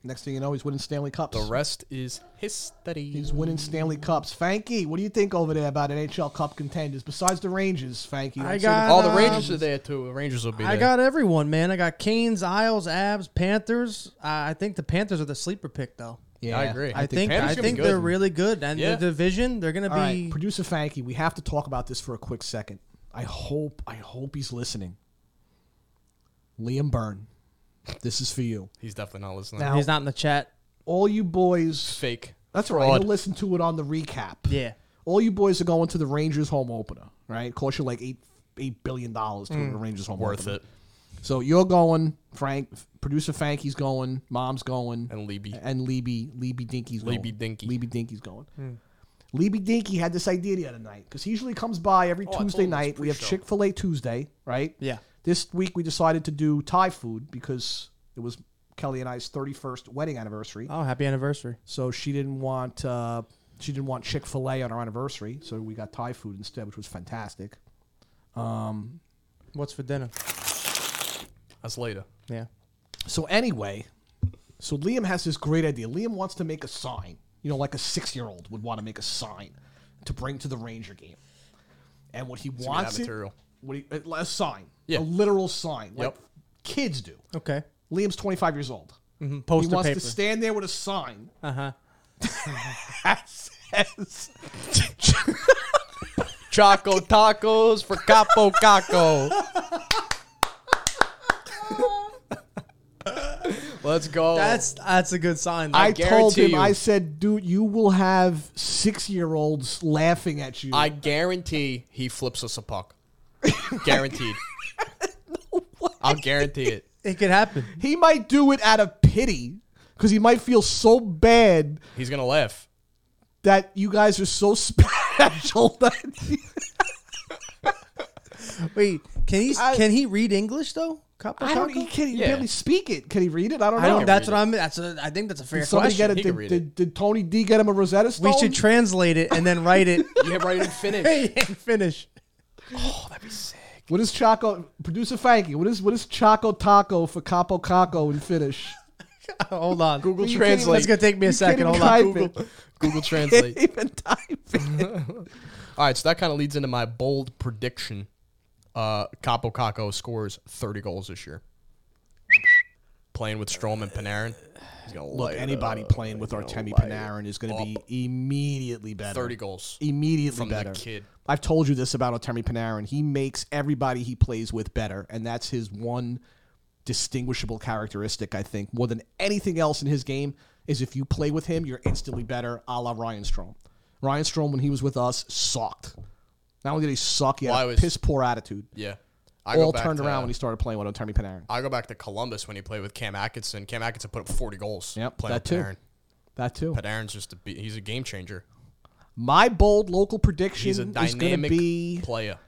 S2: Next thing you know, he's winning Stanley Cups.
S3: The rest is history.
S2: he's winning Stanley Cups. Fanky, what do you think over there about NHL Cup contenders besides the Rangers, Fanky?
S4: I
S2: Don't say the-
S4: got,
S3: All the
S4: um,
S3: Rangers are there too. The Rangers will be.
S4: I
S3: there.
S4: got everyone, man. I got Canes, Isles, Abs, Panthers. I I think the Panthers are the sleeper pick, though.
S2: yeah,
S3: I agree.
S4: I,
S3: think
S4: think
S3: Panthers
S4: I
S3: gonna be
S4: think
S3: good.
S4: they're really good, and
S3: Yeah.
S4: the division they're going to
S2: All right,
S4: be.
S2: producer Fanky, we have to talk about this for a quick second. I hope, I hope he's listening. Liam Byrne, this is for you.
S3: He's definitely not listening.
S2: Now,
S4: He's not in the chat.
S2: all you boys,
S3: Fake.
S2: that's all right.
S3: fraud.
S2: You'll listen to it on the recap.
S4: Yeah,
S2: All you boys are going to the Rangers home opener, right? Cost you like eight, eight billion dollars to go to the Rangers home
S3: Mm. Worth
S2: opener.
S3: it.
S2: So you're going, Frank, producer Fanky's going, Mom's going,
S3: And Leby.
S2: and Leby, Leby Dinky's going.
S3: Leby Dinky.
S2: Leby Dinky's going.
S3: Mm.
S2: Leby Dinky had this idea the other night because he usually comes by every
S3: Oh, told
S2: Tuesday
S3: him this
S2: night. We have
S3: pre-show.
S2: Chick Fil A Tuesday, right?
S4: Yeah.
S2: This week we decided to do Thai food because it was Kelly and I's 31st wedding anniversary.
S4: Oh, happy anniversary.
S2: So she didn't want uh, she didn't want Chick Fil A on our anniversary, so we got Thai food instead, which was fantastic.
S4: What's for dinner?
S3: That's later.
S4: Yeah.
S2: So anyway, so Liam has this great idea. Liam wants to make a sign, you know, like a six year old would want to make a sign to bring to the Ranger game, and what he
S3: me that
S2: wants it,
S3: material.
S2: what he, a sign,
S3: Yeah.
S2: a literal sign, like
S3: Yep.
S2: kids do.
S4: Okay.
S2: Liam's twenty five years old. He
S3: Mm-hmm.
S4: Poster
S2: wants
S4: paper.
S2: to stand there with a sign
S4: uh
S3: Uh-huh.
S4: huh.
S2: [laughs] that says
S3: Choco tacos for
S2: [laughs]
S3: Capo Caco. Let's go.
S4: That's that's a good sign.
S2: I
S4: Like,
S2: told him,
S3: guarantee you.
S2: I said, dude, you will have six year olds laughing at you.
S3: I guarantee he flips us a puck. Guaranteed. I'll guarantee it.
S4: it could happen.
S2: he might do it out of pity because he might feel so bad
S3: He's gonna laugh.
S2: that you guys are so [laughs] special that
S4: Wait, can he can he read English though? Capo
S2: I don't.
S4: Caco?
S2: He can he
S3: Yeah.
S2: barely speak it. Can he read it? I don't know.
S4: I don't. That's
S3: read
S4: what I'm. That's a. I think that's a fair
S2: did somebody get it?
S4: question.
S3: He can
S2: Did,
S3: read
S2: did- did Tony D get him a Rosetta Stone?
S4: We should translate it and then write
S2: [laughs]
S4: it [laughs]
S3: Yeah, right in finish.
S4: and finish.
S2: what is Choco producer Frankie? What is what is Choco Taco for Capo Caco in Finnish?
S4: Hold on. Google
S2: You can't even-
S4: That's gonna take me a
S2: you can't
S4: second.
S2: even
S4: Hold on.
S2: type it.
S4: Google.
S3: Google
S2: Can't
S3: Translate.
S2: even type it.
S3: All right, so that kind of leads into my bold prediction. Uh, Capo Caco scores 30 goals this year. Playing with Strom and Panarin, he's gonna
S2: Look,
S3: light it
S2: anybody
S3: up.
S2: playing with Artemi Panarin is going to be immediately better.
S3: 30 goals
S2: Immediately
S3: from
S2: better.
S3: the kid.
S2: I've told you this about Artemi Panarin. He makes everybody he plays with better, and that's his one distinguishable characteristic, I think, more than anything else in his game, is if you play with him, you're instantly better, a la Ryan Strom. Ryan Strom, when he was with us, sucked. Not only did he suck, he
S3: Well, I
S2: had a
S3: was-
S2: piss poor attitude.
S3: Yeah, I
S2: All turned
S3: to-
S2: around when he started playing with Artemi Panarin.
S3: I go back to Columbus when he played with Cam Atkinson. Cam Atkinson put up 40 goals.
S2: Yep,
S3: playing
S2: that
S3: with
S2: too.
S3: Panarin.
S2: That too.
S3: Panarin's just a, be- he's a game changer.
S2: My bold local prediction
S3: He's a
S2: is going to
S3: dynamic
S2: be
S3: player.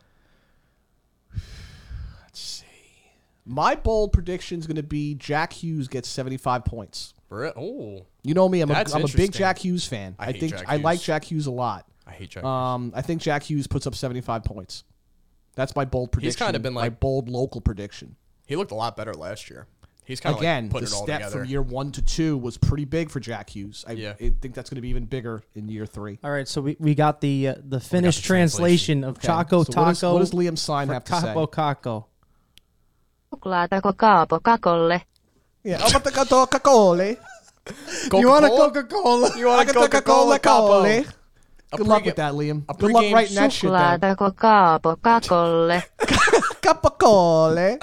S2: My bold prediction is going to be Jack Hughes gets 75 points.
S3: For real- Oh,
S2: You know me, I'm, a,
S3: That's
S2: I'm a big
S3: interesting.
S2: Jack Hughes fan. I,
S3: hate
S2: think
S3: Jack
S2: I like
S3: Hughes.
S2: Jack Hughes a lot.
S3: I hate Jack.
S2: Um, I think Jack Hughes puts up 75 points. That's my bold prediction.
S3: kinda been
S2: my
S3: like-
S2: bold local prediction.
S3: he looked a lot better last year. He's kind of
S2: Again,
S3: like putting
S2: the
S3: it all
S2: step
S3: together.
S2: from year one to two was pretty big for Jack Hughes. I,
S3: Yeah.
S2: I think that's going to be even bigger in year three.
S4: All right, so we, we got the uh, the Finnish
S3: translation.
S4: translation of Choco
S2: so
S4: Taco.
S2: what does- what does Liam Sine
S4: for
S2: have to
S4: Capo
S2: say?
S4: Caco?
S8: Suklaatako Kaapo Kakolle?
S2: Yeah, I want a
S3: [laughs]
S2: Coca-Cola.
S4: You want a
S3: Coca-Cola?
S4: Coca Cola?
S3: You want a Coca-Cola Capo?
S2: Good luck
S3: pregame-
S2: with that, Liam.
S3: a
S2: Good luck
S3: pregame
S2: writing that shit down.
S8: Suklaatako Kaapo Kakolle?
S2: Capo Cola.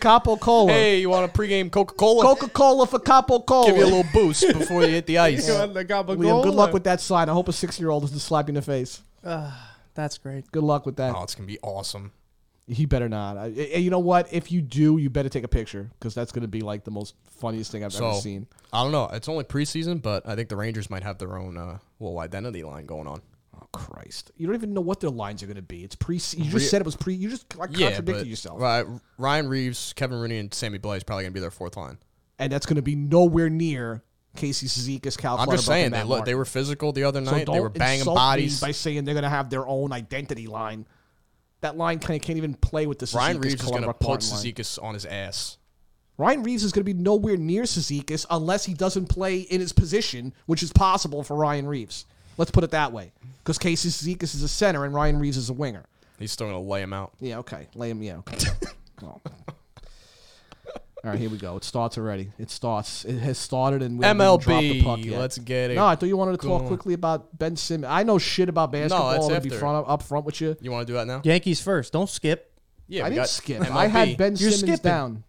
S2: Capo Cola.
S3: Hey, you want a pregame Coca-Cola?
S2: Coca Cola for Capo Cola.
S3: Give you a little [laughs] boost before you hit the ice.
S4: You want the Capo
S2: Liam, good luck with that sign. I hope a six year old doesn't slap you in the face.
S4: That's great.
S2: Good luck with that.
S3: Oh, it's gonna be awesome.
S2: He better not. I, I- you know what? If you do, you better take a picture because that's going to be like the most funniest thing I've
S3: So
S2: ever seen.
S3: I don't know. It's only preseason, but I think the Rangers might have their own uh, little identity line going on.
S2: Oh Christ! You don't even know what their lines are going to be. It's pre. You just
S3: Re-
S2: said it was pre. You just like, contradicted
S3: but
S2: yourself,
S3: Ry- Ryan Reeves, Kevin Rooney, and Sammy Blay is probably gonna be their fourth line.
S2: and that's going to be nowhere near Casey Zizekas, Cal.
S3: I'm
S2: Clutterbuck,
S3: just saying
S2: and
S3: they
S2: Matt
S3: look, they
S2: Martin.
S3: were physical the other
S2: So
S3: night. they
S2: don't
S3: were banging
S2: insult me
S3: bodies.
S2: by saying they're going to have their own identity line. That line kind of can't even play with the
S3: Ryan
S2: Zizekas,
S3: Reeves is gonna
S2: Clutterbuck,
S3: put
S2: Martin line.
S3: Zizekas on his ass.
S2: Ryan Reeves is going to be nowhere near Sezikis unless he doesn't play in his position, which is possible for Ryan Reeves. Let's put it that way, because Casey Sezikis is a center and Ryan Reeves is a winger.
S3: He's still gonna lay him out.
S2: Yeah, okay, lay him. Yeah, okay. [laughs] Well. All right, here we go. It starts already. It starts. It has started, and we haven't even dropped the
S3: MLB,
S2: puck yet.
S3: let's get it.
S2: No, I thought you wanted to talk
S3: going.
S2: quickly about Ben Simmons. I know shit about basketball.
S3: that's
S2: I'll be
S3: after.
S2: front up front with you.
S3: You want to do that now?
S4: Yankees first. Don't skip.
S3: Yeah,
S2: I
S3: we
S2: didn't
S3: got
S2: skip. I had Ben
S4: You're
S2: Simmons
S4: skipping.
S2: down.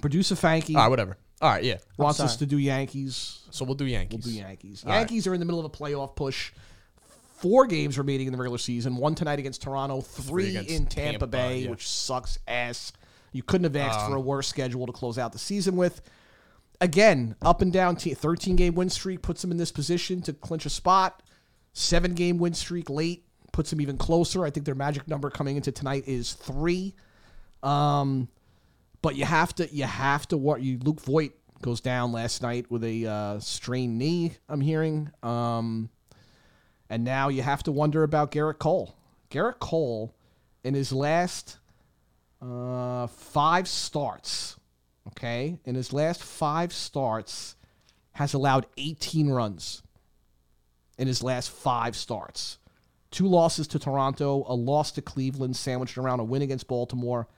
S2: Producer Fanky
S3: All right, whatever. All right, yeah.
S2: wants us
S4: sorry.
S2: to do Yankees.
S3: So we'll do Yankees.
S2: the Yankees.
S3: right.
S2: Yankees are in the middle of a playoff push. Four games remaining in the regular season. One tonight against Toronto, three,
S3: against
S2: in Tampa,
S3: Tampa,
S2: Bay,
S3: yeah.
S2: which sucks ass. You couldn't have asked for a worse schedule to close out the season with. Again, up and down. Te- 13 game win streak puts them in this position to clinch a spot. Seven game win streak late puts them even closer. I think their magic number coming into tonight is three. Um, But you have to, you have to. What you Luke Voigt goes down last night with a uh, strained knee. I'm hearing, um, and now you have to wonder about Garrett Cole. Garrett Cole, in his last uh, five starts, okay, in his last five starts, has allowed 18 runs. In his last five starts, two losses to Toronto, a loss to Cleveland, sandwiched around a win against Baltimore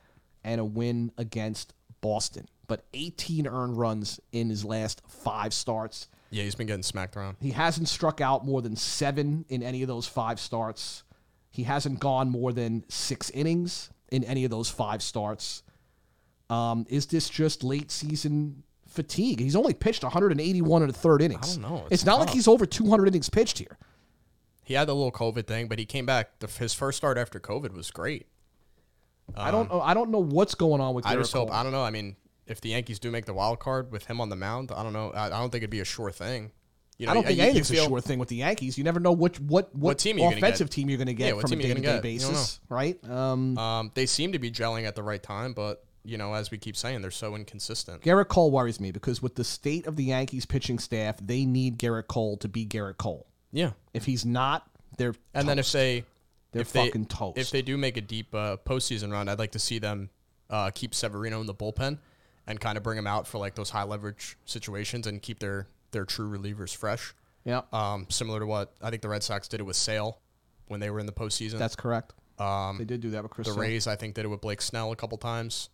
S2: and a win against Boston. But 18 earned runs in his last five starts.
S3: Yeah, he's been getting smacked around.
S2: He hasn't struck out more than seven in any of those five starts. He hasn't gone more than six innings in any of those five starts. Um, is this just late season fatigue? He's only pitched 181 in the third innings.
S3: don't know.
S2: It's,
S3: It's
S2: not like
S3: tough.
S2: he's over 200 innings pitched here.
S3: He had the little COVID thing, but he came back. The, his first start after COVID was great.
S2: I don't know. I don't know what's going on with.
S3: Uh-huh. I
S2: Garrett
S3: just hope.
S2: Cole.
S3: I don't know. I mean, if the Yankees do make the wild card with him on the mound, I don't know. I, I don't think it'd be a sure thing. You know,
S2: I don't think
S3: you- you
S2: anything's a
S3: feel-
S2: sure thing with the Yankees. You never know what what, what,
S3: team you're gonna get.
S2: offensive team you're going to get
S3: Yeah, what
S2: from a
S3: team
S2: day
S3: you're
S2: to
S3: gonna
S2: day
S3: get. You don't
S2: basis, right? Um,
S3: Um, they seem to be gelling at the right time, but you know, as we keep saying, they're so inconsistent.
S2: Garrett Cole worries me because with the state of the Yankees pitching staff, they need Garrett Cole to be Garrett Cole.
S3: Yeah,
S2: If he's not, they're
S3: and then if they,
S2: They're
S3: if they,
S2: fucking toast.
S3: If they do make a deep uh, postseason run, I'd like to see them uh, keep Severino in the bullpen and kind of bring him out for like those high leverage situations and keep their their true relievers fresh.
S2: yeah, uh,
S3: Um, similar to what I think the Red Sox did it with Sale when they were in the postseason.
S2: that's correct. Um, they did do that with Chris.
S3: the
S2: Sale.
S3: Rays. I think did it with Blake Snell a couple times.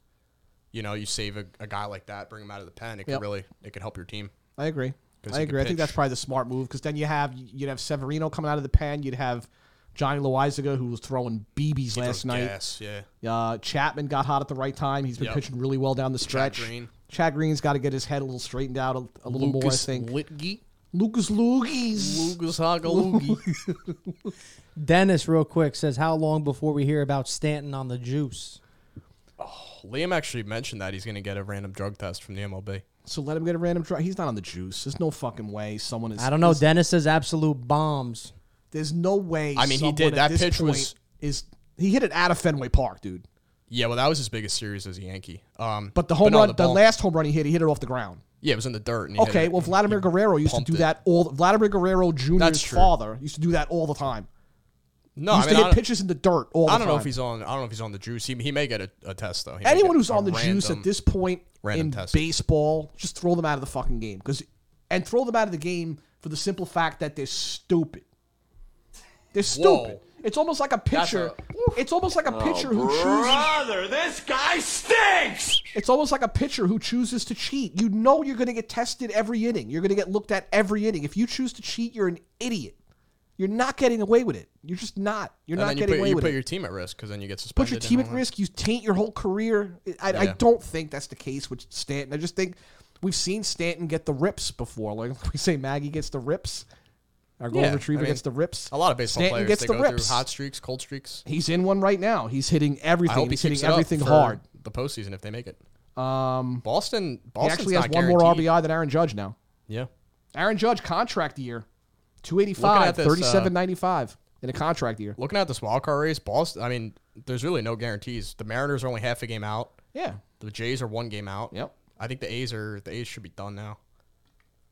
S3: You know, you save a, a guy like that, bring him out of the pen. It
S2: Yep.
S3: could really it could help your team.
S2: I agree.
S3: 'Cause
S2: I
S3: he could
S2: agree. I think that's
S3: pitch.
S2: probably the smart move because then you have you'd have Severino coming out of the pen. You'd have Johnny Loizaga who was throwing BBs last
S3: Throws
S2: night.
S3: gas, yeah.
S2: Uh, Chapman got hot at the right time. He's been
S3: Yep.
S2: pitching really well down the stretch.
S3: Green.
S2: Chad Green's got to get his head a little straightened out a, a little more, I think.
S3: Litge,
S2: Lucas Lugis. [laughs]
S3: Lucas Hagalugi.
S4: Dennis, real quick, says how long before we hear about Stanton on the juice?
S3: Liam actually mentioned that he's going to get a random drug test from the MLB.
S2: So let him get a random try. He's not on the juice. There's no fucking way someone is.
S4: I don't know.
S2: There's,
S4: Dennis says absolute bombs.
S2: there's no way.
S3: I mean, he
S2: someone
S3: did.
S2: at
S3: That
S2: this
S3: pitch
S2: point
S3: was-
S2: is he hit it out of Fenway Park, dude.
S3: Yeah, well, that was his biggest series as a Yankee. Um,
S2: But the home
S3: no,
S2: run, the,
S3: ball-
S2: last home run he hit, he hit it off the ground.
S3: yeah, it was in the dirt. And he hit
S2: Okay,
S3: it.
S2: well, Vladimir
S3: He
S2: Guerrero used to
S3: pumped
S2: do
S3: it.
S2: that all. Vladimir Guerrero Jr.'s
S3: That's true.
S2: father used to do that all the time.
S3: No,
S2: He
S3: I
S2: used to
S3: mean, I
S2: hit
S3: don't,
S2: pitches in the dirt all the
S3: I don't know
S2: time.
S3: if he's on. I don't know if he's on the juice. He, he may get a, a test though. He may
S2: anyone
S3: get
S2: who's
S3: a
S2: on the juice
S3: random-
S2: at this point
S3: random
S2: in
S3: test.
S2: baseball, just throw them out of the fucking game. Because and throw them out of the game for the simple fact that they're stupid. They're stupid. It's almost like a pitcher. it's almost
S3: Oh,
S2: like a pitcher who chooses.
S5: Brother, this guy stinks!
S2: It's almost like a pitcher who chooses to cheat. You know you're going to get tested every inning. You're going to get looked at every inning. If you choose to cheat, you're an idiot. You're not getting away with it. You're just not. You're
S3: and
S2: not
S3: then you
S2: getting
S3: put,
S2: away
S3: you
S2: with
S3: put
S2: it.
S3: your team at risk because then you get suspended.
S2: put your
S3: and
S2: team
S3: all
S2: at
S3: that.
S2: risk. You taint your whole career. I, I
S3: Yeah.
S2: don't think that's the case with Stanton. [laughs] I just think we've seen Stanton get the rips before. Like we say, Maggie gets the rips. Our golden
S3: Yeah,
S2: retriever
S3: I mean-
S2: gets the rips.
S3: A lot of baseball
S2: Stanton
S3: players
S2: gets
S3: they
S2: the
S3: go
S2: rips.
S3: through hot streaks, cold streaks.
S2: He's in one right now. He's hitting everything.
S3: I hope he
S2: He's
S3: keeps
S2: hitting
S3: it up
S2: everything
S3: for
S2: hard.
S3: the postseason if they make it. Um, Boston,
S2: He
S3: Boston's
S2: actually has
S3: not
S2: one more
S3: guaranteed.
S2: RBI than Aaron Judge now.
S3: Yeah,
S2: Aaron Judge contract year,
S3: Looking
S2: 285,
S3: at this, uh,
S2: 3795 in a contract year.
S3: looking at this wild card race, Boston. I mean, there's really no guarantees. The Mariners are only half a game out.
S2: Yeah.
S3: The Jays are one game out.
S2: Yep.
S3: I think the A's are the A's should be done now.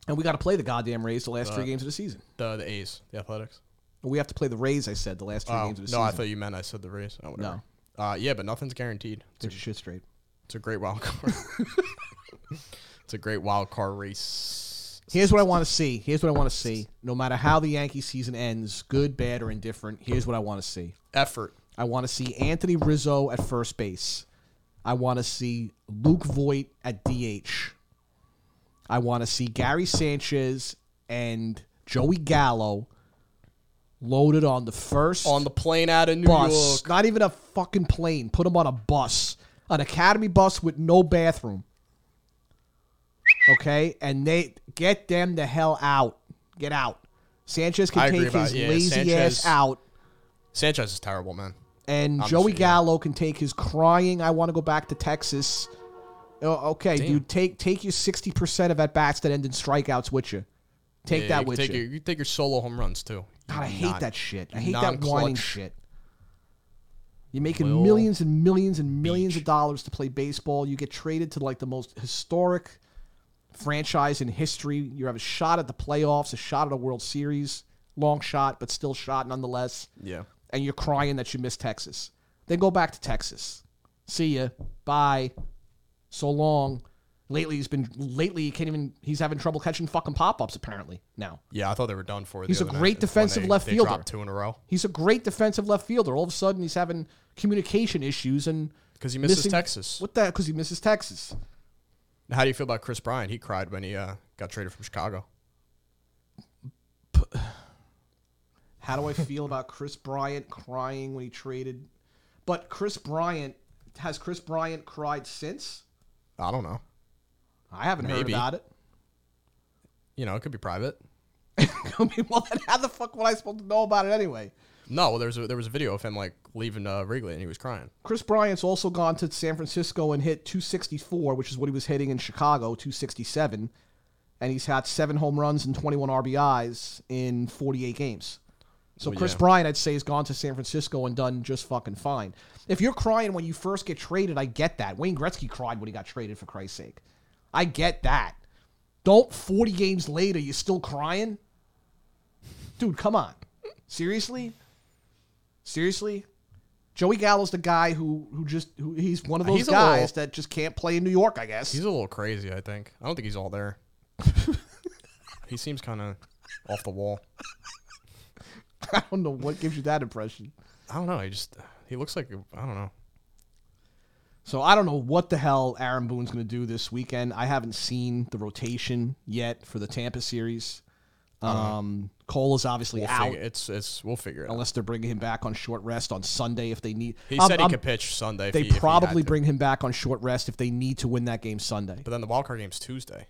S2: And we got to play the goddamn Rays the last
S3: Uh,
S2: three games of the season.
S3: The the A's, the Athletics.
S2: We have to play the Rays, I said, the last three
S3: Oh,
S2: games
S3: no,
S2: of the season.
S3: I thought you meant I said the Rays. Oh, whatever. Uh, yeah, but nothing's guaranteed. It's a,
S2: Get your shit straight.
S3: it's a great wild [laughs] card. it's a great wild card race.
S2: Here's what I want to see. Here's what I want to see. No matter how the Yankee season ends, good, bad, or indifferent, here's what I want to see.
S3: Effort.
S2: I want to see Anthony Rizzo at first base. I want to see Luke Voigt at DH. I want to see Gary Sanchez and Joey Gallo loaded on the first
S3: On the plane out of New
S2: bus.
S3: York.
S2: Not even a fucking plane. Put them on a bus, an academy bus with no bathroom. Okay, and they get them the hell out. Get out. Sanchez
S3: I
S2: can
S3: agree
S2: take
S3: about-
S2: his
S3: yeah,
S2: lazy
S3: Sanchez-
S2: ass out,
S3: Sanchez is terrible, man.
S2: and
S3: I'm
S2: Joey
S3: sure, yeah.
S2: Gallo can take his crying. I want to go back to Texas. Oh, okay, dude, take take your sixty percent of at bats that end in strikeouts with you. Take
S3: Yeah,
S2: that
S3: you
S2: with
S3: take
S2: you.
S3: Your, you take your solo home runs too.
S2: God, I hate
S3: Not-
S2: that shit. I
S3: you
S2: hate that whining
S3: non-clutch.
S2: shit. You're making
S3: Will
S2: millions and millions and millions
S3: Beach.
S2: of dollars to play baseball. You get traded to like the most historic franchise in history. You have a shot at the playoffs, a shot at a World Series, long shot, but still shot nonetheless.
S3: Yeah.
S2: And you're crying that you missed Texas. Then go back to Texas. See ya. Bye. So long. Lately he's been lately he can't even he's having trouble catching fucking pop ups apparently now.
S3: Yeah, I thought they were done for. the
S2: He's a
S3: other night
S2: great
S3: when
S2: defensive
S3: they-
S2: left
S3: they
S2: fielder.
S3: dropped two in a row
S2: He's a great defensive left fielder. All of a sudden, he's having communication issues and
S3: because he misses
S2: missing-
S3: Texas.
S2: What the? Because he misses Texas.
S3: How do you feel about Chris Bryant? He cried when he uh, got traded from Chicago.
S2: How do I feel about Chris Bryant crying when he traded? But Chris Bryant has Chris Bryant cried since?
S3: I don't know.
S2: I haven't heard
S3: Maybe.
S2: about it. [laughs]
S3: You know, it could be private.
S2: I mean, well, then how the fuck would I supposed to know about it anyway?
S3: No, well, there was a, there was a video of him like leaving uh, Wrigley and he was crying.
S2: Chris Bryant's also gone to San Francisco and hit 264, which is what he was hitting in Chicago, 267, and he's had seven home runs and 21 RBIs in 48 games. So
S3: Well,
S2: Chris
S3: Oh, yeah.
S2: Bryant, I'd say, has gone to San Francisco and done just fucking fine. If you're crying when you first get traded, I get that. Wayne Gretzky cried when he got traded for Christ's sake. I get that. Don't 40 games later, you're still crying? Dude, come on. Seriously? Seriously? Joey Gallo's the guy who who just who he's one of those
S3: He's a
S2: guys
S3: little-
S2: that just can't play in New York, I guess.
S3: He's a little crazy, I think. I don't think he's all there. he seems kind of off the wall.
S2: [laughs] I don't know what gives you that impression.
S3: I don't know. He just he looks like I don't know.
S2: So I don't know what the hell Aaron Boone's going to do this weekend. I haven't seen the rotation yet for the Tampa series. Um, Cole is obviously
S3: Uh-huh. We'll
S2: out
S3: figure, it's it's we'll figure it. out.
S2: unless they're bringing him back on short rest on Sunday if they need.
S3: He
S2: I'm-
S3: said he
S2: I'm-
S3: could pitch Sunday. if
S2: They
S3: he- if he had
S2: probably
S3: to.
S2: bring him back on short rest if they need to win that game Sunday.
S3: But then the wild card game's Tuesday.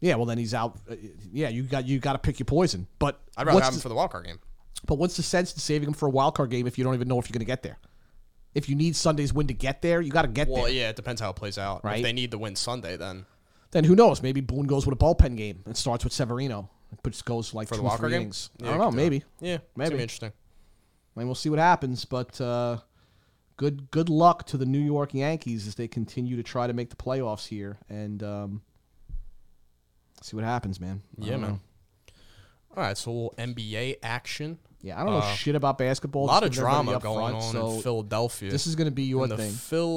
S2: Yeah, well then he's out. Uh, Yeah, you got you got to pick your poison. But
S3: I'd rather
S2: what's
S3: have him
S2: the-
S3: for the wild card game.
S2: But what's the sense in saving him for a wild card game if you don't even know if you're going to get there? If you need Sunday's win to get there, you got to get
S3: Well,
S2: there.
S3: yeah, it depends how it plays out.
S2: Right.
S3: If they need to win Sunday, then
S2: Then who knows? Maybe Boone goes with a bullpen game and starts with Severino, which goes like
S3: for
S2: two
S3: the
S2: or
S3: wild
S2: three
S3: card game,
S2: innings.
S3: Yeah,
S2: I
S3: you
S2: don't know.
S3: could do it.
S2: Maybe.
S3: Yeah, maybe
S2: Maybe.
S3: interesting.
S2: I mean, we'll see what happens. But uh, good good luck to the New York Yankees as they continue to try to make the playoffs here and um, see what happens, man. Uh, I
S3: Yeah,
S2: don't
S3: man.
S2: know.
S3: All right, so a little NBA action.
S2: Yeah, I don't know shit about basketball.
S3: A Uh, lot
S2: Just
S3: of
S2: give everybody
S3: drama
S2: up
S3: going
S2: front,
S3: on in
S2: So
S3: Philadelphia.
S2: this is going to be your
S3: in the
S2: thing.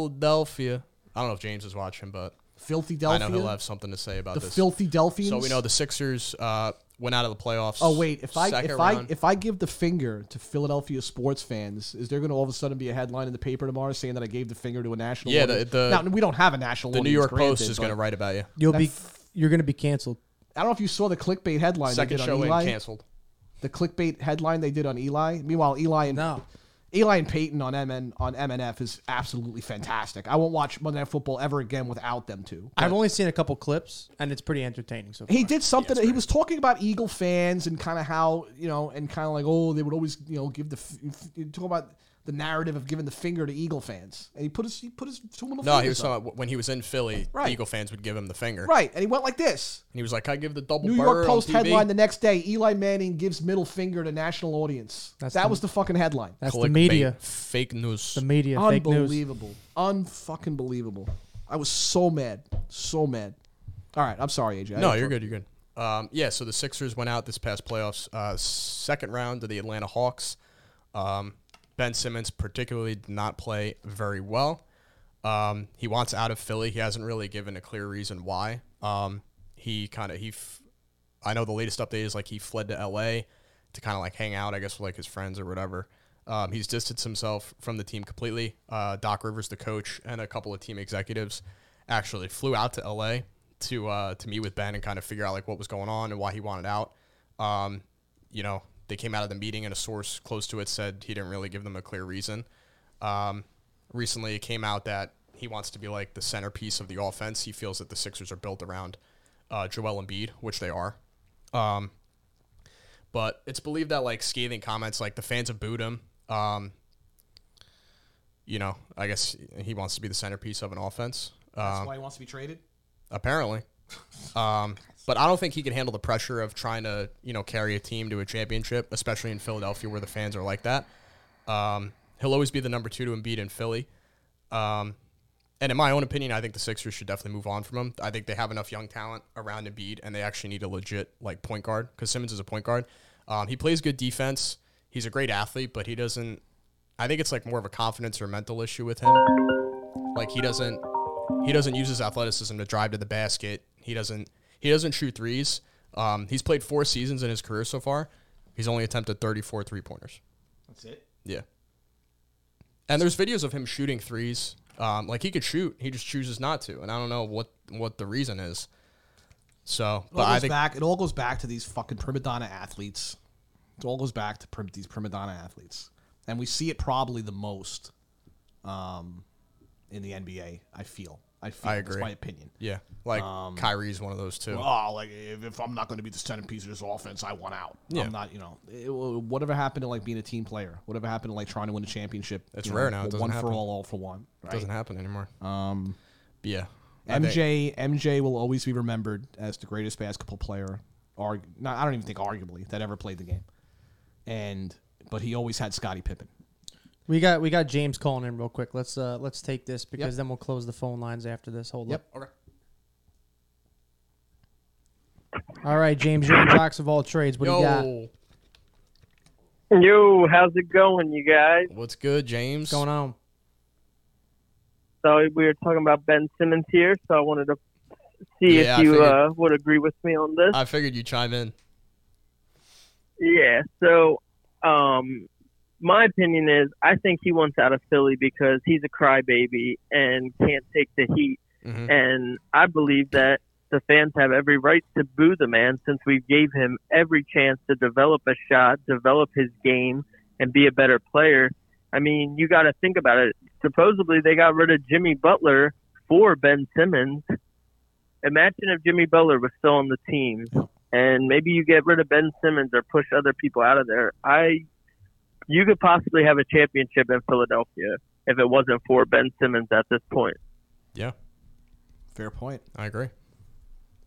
S3: Philadelphia. I don't know if James is watching, but
S2: Filthy
S3: I know he'll
S2: Delphia.
S3: have something to say about
S2: The
S3: this.
S2: Filthy Delphians.
S3: so we know the Sixers uh, went out of the playoffs.
S2: Oh wait, if I
S3: second
S2: if I
S3: round.
S2: if I give the finger to Philadelphia sports fans, is there going to all of a sudden be a headline in the paper tomorrow saying that I gave the finger to a national?
S3: Yeah,
S2: audience?
S3: the- the-
S2: now we don't have a national.
S3: the New
S2: audience,
S3: York Post
S2: granted,
S3: is going to
S2: but
S3: write about you.
S4: You'll be
S2: f-
S4: you're going to be canceled.
S2: I don't know if you saw the clickbait headline
S3: Second
S2: they did
S3: show
S2: on
S3: in
S2: Eli.
S3: canceled.
S2: The clickbait headline they did on Eli. Meanwhile, Eli and
S4: No.
S2: Eli and Peyton on MN on MNF is absolutely fantastic. I won't watch Monday Night Football ever again without them two.
S4: I've only seen a couple clips, and it's pretty entertaining so far.
S2: He did something. he was talking about Eagle fans and kind of how you know, and kind of like, oh, they would always you know give the f- f- talk about the narrative of giving the finger to Eagle fans, and he put his he put his two little
S3: No, he
S2: fingers
S3: was
S2: up.
S3: talking about when he was in Philly,
S2: Right.
S3: Eagle fans would give him the finger.
S2: right, and he went like this.
S3: And he was like, I give the double
S2: New
S3: burger
S2: York
S3: on
S2: Post
S3: TV.
S2: headline the next day: Eli Manning gives middle finger to national audience.
S4: That's
S2: that
S4: the-
S2: was the fucking headline.
S4: That's the
S3: Clickbait.
S4: media.
S3: Fake news.
S4: The media. Fake news.
S2: Unbelievable, unfucking believable. I was so mad, so mad. All right, I'm sorry, AJ. I
S3: No,
S2: didn't-
S3: you're good. You're good. Um, yeah, so the Sixers went out this past playoffs, uh, second round to the Atlanta Hawks. Um, ben Simmons particularly did not play very well. Um, he wants out of Philly. He hasn't really given a clear reason why. Um, he kind of he, f- I know the latest update is like he fled to L.A. to kind of like hang out, I guess, with like his friends or whatever. Um, he's distanced himself from the team completely. Uh, Doc Rivers, the coach, and a couple of team executives actually flew out to L.A. to uh, to meet with Ben and kind of figure out like what was going on and why he wanted out. Um, you know, they came out of the meeting and a source close to it said he didn't really give them a clear reason. Um, recently, it came out that he wants to be like the centerpiece of the offense. He feels that the Sixers are built around uh, Joel Embiid, which they are. Um, but it's believed that like scathing comments, like the fans have booed him. Um, you know, I guess he wants to be the centerpiece of an offense. Um,
S2: That's why he wants to be traded.
S3: apparently. Um, but I don't think he can handle the pressure of trying to, you know, carry a team to a championship, especially in Philadelphia where the fans are like that. Um, he'll always be the number two to Embiid in Philly. Um, and in my own opinion, I think the Sixers should definitely move on from him. I think they have enough young talent around Embiid, and they actually need a legit like point guard because Simmons is a point guard. Um, he plays good defense. He's a great athlete, but he doesn't. I think it's like more of a confidence or mental issue with him. Like he doesn't he doesn't use his athleticism to drive to the basket. He doesn't he doesn't shoot threes. Um, he's played four seasons in his career so far. He's only attempted 34 three pointers.
S2: That's it.
S3: Yeah. And there's videos of him shooting threes. Um, like he could shoot, he just chooses not to, and I don't know what what the reason is. So,
S2: It all
S3: but I
S2: goes
S3: think
S2: back. It all goes back to these fucking prima donna athletes. It all goes back to prim, these prima donna athletes, and we see it probably the most um, in the NBA. I feel. I feel.
S3: I
S2: That's
S3: agree.
S2: my opinion.
S3: yeah, like
S2: Um,
S3: Kyrie's one of those too.
S2: Oh, like if, if I'm not going to be the centerpiece of this offense, I want out.
S3: Yeah.
S2: I'm not, you know, it- whatever happened to like being a team player, whatever happened to like trying to win a championship.
S3: It's
S2: you
S3: rare now. It doesn't
S2: one for
S3: happen.
S2: all, all for one. Right?
S3: Doesn't happen anymore. Um, yeah, I think-
S2: MJ MJ will always be remembered as the greatest basketball player. Arg- not, I don't even think arguably that ever played the game. And but he always had Scottie Pippen.
S4: We got we got James calling in real quick. Let's uh let's take this because then we'll close the phone lines after this. Hold
S2: Yep.
S4: up. All right, James, you're the box of all trades. What do you got?
S3: Yo,
S9: Yo, how's it going, you guys?
S3: what's good, James?
S4: Going on?
S9: So we were talking about Ben Simmons here, so I wanted to see
S3: Yeah, I
S9: if you
S3: figured-
S9: uh, would agree with me on this.
S3: I figured you would chime in.
S9: yeah. So, um, my opinion is I think he wants out of Philly because he's a crybaby and can't take the heat.
S3: Mhm.
S9: And I believe that the fans have every right to boo the man since we gave him every chance to develop a shot, develop his game, and be a better player. I mean, you got to think about it. Supposedly, they got rid of Jimmy Butler for Ben Simmons. Imagine if Jimmy Butler was still on the team, and maybe you get rid of Ben Simmons or push other people out of there. I, you could possibly have a championship in Philadelphia if it wasn't for Ben Simmons at this point.
S3: Yeah,
S2: Fair point.
S3: I agree.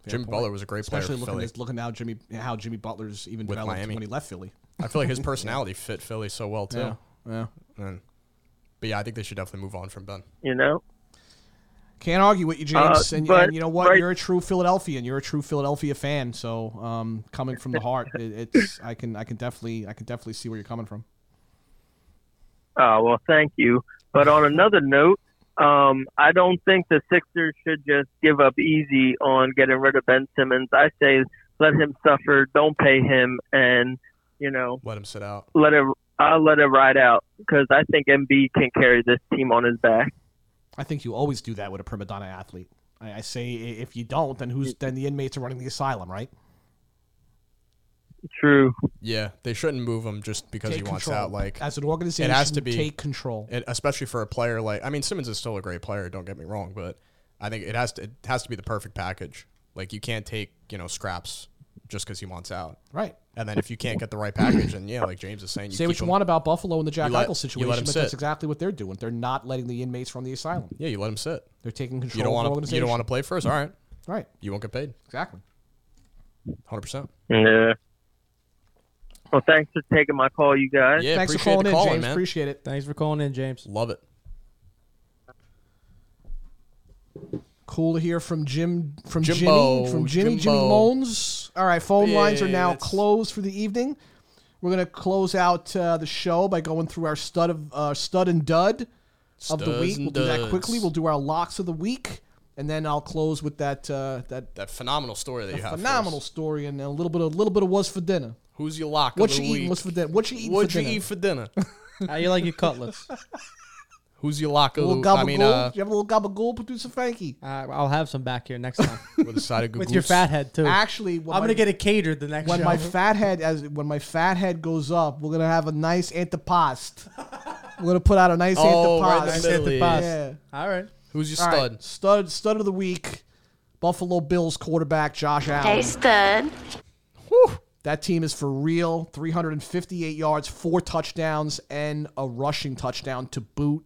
S3: Jimmy
S2: point.
S3: Butler was a great
S2: Especially
S3: player. for
S2: looking
S3: Philly.
S2: at, looking how Jimmy how Jimmy Butler's even
S3: With
S2: developed
S3: Miami.
S2: when he left Philly.
S3: I feel
S2: [laughs]
S3: like his personality fit Philly so well too.
S2: yeah.
S3: And, but yeah, I think they should definitely move on from Ben.
S9: You know.
S2: Can't argue with you, James.
S9: Uh,
S2: and,
S9: but-
S2: and you know what?
S9: right-
S2: You're a true Philadelphian. You're a true Philadelphia fan. So um, coming from the heart, it, it's I can I can definitely I can definitely see where you're coming from.
S9: Oh, well, thank you. But on another note, um, I don't think the Sixers should just give up easy on getting rid of Ben Simmons. I say let him suffer, don't pay him, and, you know,
S3: Let him sit out.
S9: let it, I'll let it ride out because I think MB can carry this team on his back.
S2: I think you always do that with a prima donna athlete. I, I say i- if you don't, then who's then the inmates are running the asylum, right?
S9: True.
S3: Yeah, they shouldn't move him just because
S2: Take
S3: he wants
S2: control.
S3: out. Like,
S2: as an organization,
S3: it has to be-
S2: take control.
S3: and especially for a player like I mean Simmons is still a great player. Don't get me wrong, but I think it has to it has to be the perfect package. Like you can't take you know scraps just because he wants out.
S2: Right.
S3: And then if you can't get the right package, and yeah, like James is saying, you
S2: Say what
S3: keep
S2: you
S3: him-
S2: want about Buffalo and the Jack
S3: You let-
S2: Eichel
S3: you let
S2: situation,
S3: 'em
S2: but that's
S3: sit.
S2: exactly what they're doing. They're not letting the inmates from the asylum.
S3: Yeah, you let him sit.
S2: They're taking control
S3: You
S2: of
S3: don't
S2: the
S3: want to.
S2: organization.
S3: You don't want to play first. All right,
S2: Right.
S3: you won't get paid.
S2: Exactly.
S3: Hundred percent.
S9: Yeah. Well, thanks for taking my call, you guys.
S3: Yeah,
S2: Thanks for
S3: appreciate
S2: calling
S3: the
S2: in,
S3: calling,
S2: James.
S3: man.
S2: Appreciate it.
S4: Thanks for calling in, James.
S3: Love it.
S2: Cool to hear from Jim, from
S3: Jimbo,
S2: Jimmy, from Jimmy, Jimmy
S3: Jimbo.
S2: Loans. All right, phone lines are now
S3: that's-
S2: closed for the evening. We're gonna close out uh, the show by going through our stud of uh, stud and dud of the
S3: Studs
S2: week.
S3: and
S2: We'll do that
S3: duds.
S2: quickly. We'll do our locks of the week, and then I'll close with that uh, that
S3: That phenomenal story that you have. for us.
S2: phenomenal story and a little bit of, little bit of what's for dinner.
S3: Who's your lock?
S2: What
S3: of
S2: you
S3: the
S2: eating?
S3: week?
S2: What's for dinner? What you eating
S3: What
S2: for
S3: you
S2: dinner?
S3: eat
S2: [laughs]
S3: for dinner?
S4: [laughs] How you like your cutlets? uh,
S3: Who's your lock of
S2: a
S3: the
S2: little
S3: week?
S2: gabagool?
S3: I mean, uh,
S2: Do you have a little gabagool, producer Frankie?
S4: I'll have some back here next time
S3: uh, with
S2: [laughs]
S3: a side of
S4: [laughs] with your fat head too.
S2: Actually, when
S4: I'm
S2: my-
S4: gonna get it catered the next.
S2: when
S4: show. [laughs]
S2: my fat head as when my fat head goes up, we're gonna have a nice antipasto. we're gonna put out a nice
S3: Oh, right in the
S2: antipasto.
S3: middle, yeah.
S2: yeah.
S4: All right.
S3: Who's your
S2: All right.
S3: stud?
S2: Stud stud of the week. Buffalo Bills quarterback Josh Allen.
S8: Hey, stud.
S2: That team is for real. 358 yards, four touchdowns, and a rushing touchdown to boot.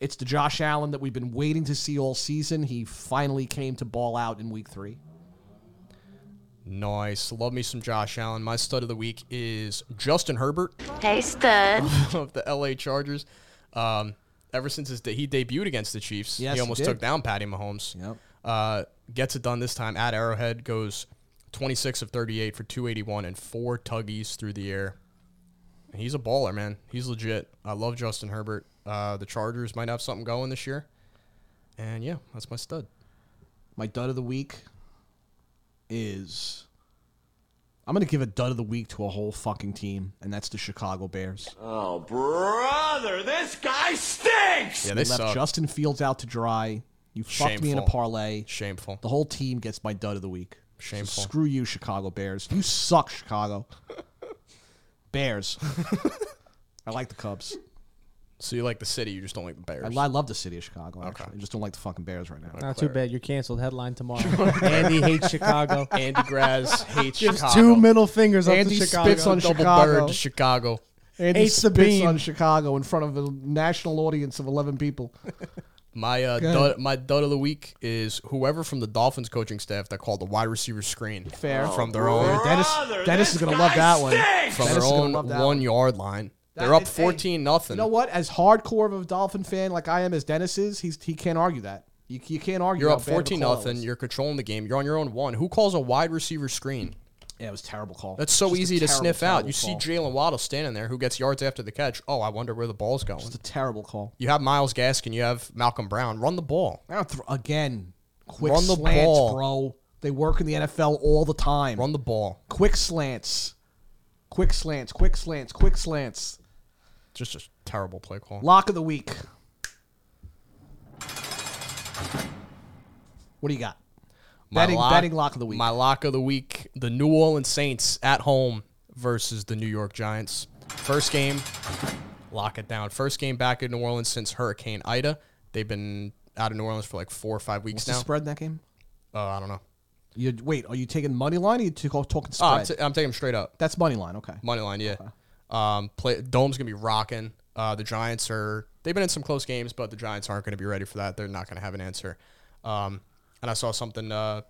S2: It's the Josh Allen that we've been waiting to see all season. He finally came to ball out in week three.
S3: Nice. Love me some Josh Allen. My stud of the week is Justin Herbert
S8: Hey, stud.
S3: [laughs] of the LA Chargers. Um, ever since his de- he debuted against the Chiefs,
S2: Yes,
S3: he
S2: he
S3: almost
S2: did.
S3: took down Patty Mahomes.
S2: Yep.
S3: Uh, gets it done this time at Arrowhead. Goes 26 of 38 for 281 and four tuggies through the air. And He's a baller, man. He's legit. I love Justin Herbert. Uh, the Chargers might have something going this year. And yeah, that's my stud.
S2: My dud of the week is I'm going to give a dud of the week to a whole fucking team, and that's the Chicago Bears.
S5: Oh, brother, this guy stinks!
S3: Yeah, they
S2: left
S3: suck.
S2: Justin Fields out to dry. You fucked me in a
S3: Shameful.
S2: parlay.
S3: Shameful.
S2: The whole team gets my dud of the week. So
S3: Shameful.
S2: screw you, Chicago Bears. You suck,
S3: [laughs]
S2: Chicago. Bears. I like the Cubs.
S3: So you like the city, you just don't like the Bears.
S2: I, I love the city of Chicago. Actually, I just don't like the fucking Bears right now.
S4: Not too bad. You're canceled. Headline tomorrow.
S3: [laughs]
S4: Andy hates Chicago.
S3: Andy Graz hates Chicago.
S4: Two middle fingers up
S2: Andy
S4: to Chicago.
S2: spits on
S3: Double
S2: Chicago.
S3: bird to Chicago.
S2: Andy
S4: Hates the
S2: spits
S4: beam.
S2: on Chicago in front of a national audience of eleven people.
S3: My uh,
S2: Go
S3: dud, my dud of the week is whoever from the Dolphins coaching staff that called the wide receiver screen
S2: Fair.
S3: from their own
S2: Dennis,
S5: Brother,
S2: Dennis is
S5: this
S2: gonna
S5: guy
S2: love that one.
S5: stinks!
S3: from
S2: Dennis is
S3: their
S2: gonna
S3: own
S2: love
S3: one,
S2: that one.
S3: yard line.
S2: That
S3: They're up
S2: is- hey,
S3: fourteen nothing.
S2: You know what? As hardcore of a Dolphin fan like I am, as Dennis is, he's, he can't argue that. You, you can't argue.
S3: You're
S2: how
S3: up
S2: bad of a
S3: fourteen
S2: call that
S3: nothing.
S2: was.
S3: You're controlling the game. You're on your own one. Who calls a wide receiver screen?
S2: Yeah, it was a terrible call.
S3: That's so
S2: Just a
S3: easy to
S2: terrible,
S3: sniff out.
S2: terrible
S3: You see
S2: call.
S3: Jalen Waddle standing there, who gets yards after the catch. Oh, I wonder where the ball's going.
S2: It's a terrible call.
S3: You have Miles Gaskin. You have Malcolm Brown. Run the ball.
S2: Now th- again, quick
S3: Run the
S2: slants,
S3: ball.
S2: bro. They work in the NFL all the time.
S3: Run the ball.
S2: quick slants, quick slants, quick slants, quick slants.
S3: Just a terrible play call.
S2: Lock of the week. What do you got?
S3: My
S2: Betting- betting lock of the week.
S3: My lock of the week: the New Orleans Saints at home versus the New York Giants. First game, lock it down. First game back in New Orleans since Hurricane Ida. They've been out of New Orleans for like four or five weeks
S2: What's the
S3: now.
S2: spread in that game?
S3: Oh, I don't know.
S2: You wait. Are you taking money line? Or you t- talking
S3: Oh,
S2: spread?
S3: I'm, t- I'm taking them straight up.
S2: That's money line. Okay.
S3: Money line, yeah. Um, play Dome's gonna be rocking. Uh, the Giants are they've been in some close games, but the Giants aren't gonna be ready for that. They're not gonna have an answer. Um, and I saw something. Uh,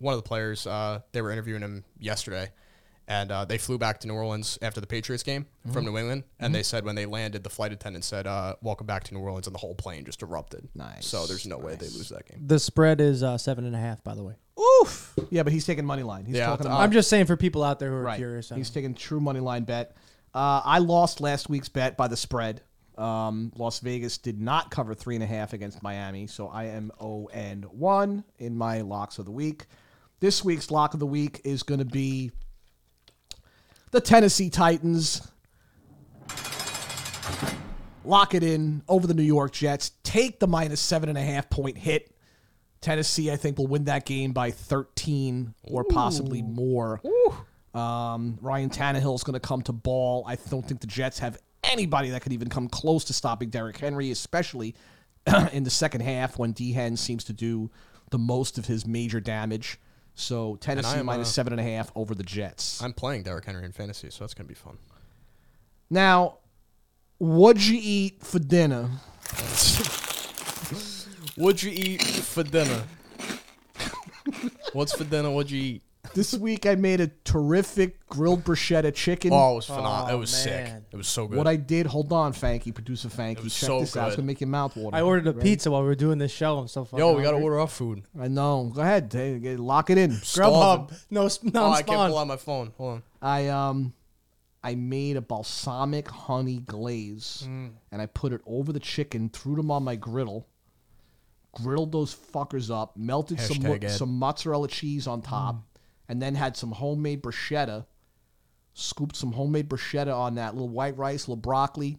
S3: one of the players uh, they were interviewing him yesterday, and uh, they flew back to New Orleans after the Patriots game
S2: Mm-hmm.
S3: from New England, and they said when they landed, the flight attendant said, uh, "Welcome back to New Orleans," and the whole plane just erupted.
S2: Nice,
S3: So there's no way they lose that game.
S4: The spread is uh, seven and a half, by the way.
S2: Oof. Yeah, but he's taking money line. He's
S3: Yeah,
S2: talking
S3: I'll-
S2: about
S4: I'm just saying for people out there who are
S2: right.
S4: curious. I
S2: He's
S4: don't
S2: taking true money line bet. Uh, I lost last week's bet by the spread. Um, Las Vegas did not cover three and a half against Miami, so I am 0 and 1 in my locks of the week. This week's lock of the week is going to be the Tennessee Titans. Lock it in over the New York Jets. Take the minus seven and a half point hit. Tennessee, I think, will win that game by 13 or possibly more. Um, Ryan Tannehill is going to come to ball. I don't think the Jets have anybody that could even come close to stopping Derrick Henry, especially [clears throat] in the second half when D Hen seems to do the most of his major damage. So Tennessee
S3: am,
S2: minus
S3: uh,
S2: seven and a half over the Jets.
S3: I'm playing Derrick Henry in fantasy, so that's gonna be fun.
S2: now, what'd you eat for dinner?
S3: What'd you eat for dinner? What's for dinner? What'd you eat?
S2: This week I made a terrific grilled bruschetta chicken.
S3: Oh, it was phenomenal. it was sick.
S4: man.
S3: It was so good.
S2: What I did, hold on, Fanky, producer Fanky, check
S3: was so
S2: this out. It's
S3: good.
S2: gonna make your mouth water.
S4: I ordered a pizza while we were doing this show. I'm so fucking.
S3: Yo, we gotta
S4: hungry.
S3: order our food.
S2: I know. Go ahead, hey, get- lock it in.
S4: Grubhub. No, s-
S3: Oh,
S4: non
S3: I can't pull
S4: spawn.
S3: out my phone. Hold on.
S2: I um, I made a balsamic honey glaze,
S4: Mm.
S2: and I put it over the chicken, threw them on my griddle, grilled those fuckers up, melted some mo-
S3: Hashtag ad.
S2: some mozzarella cheese on top,
S4: Mm.
S2: and then had some homemade bruschetta. Scooped some homemade bruschetta on that little white rice, little broccoli.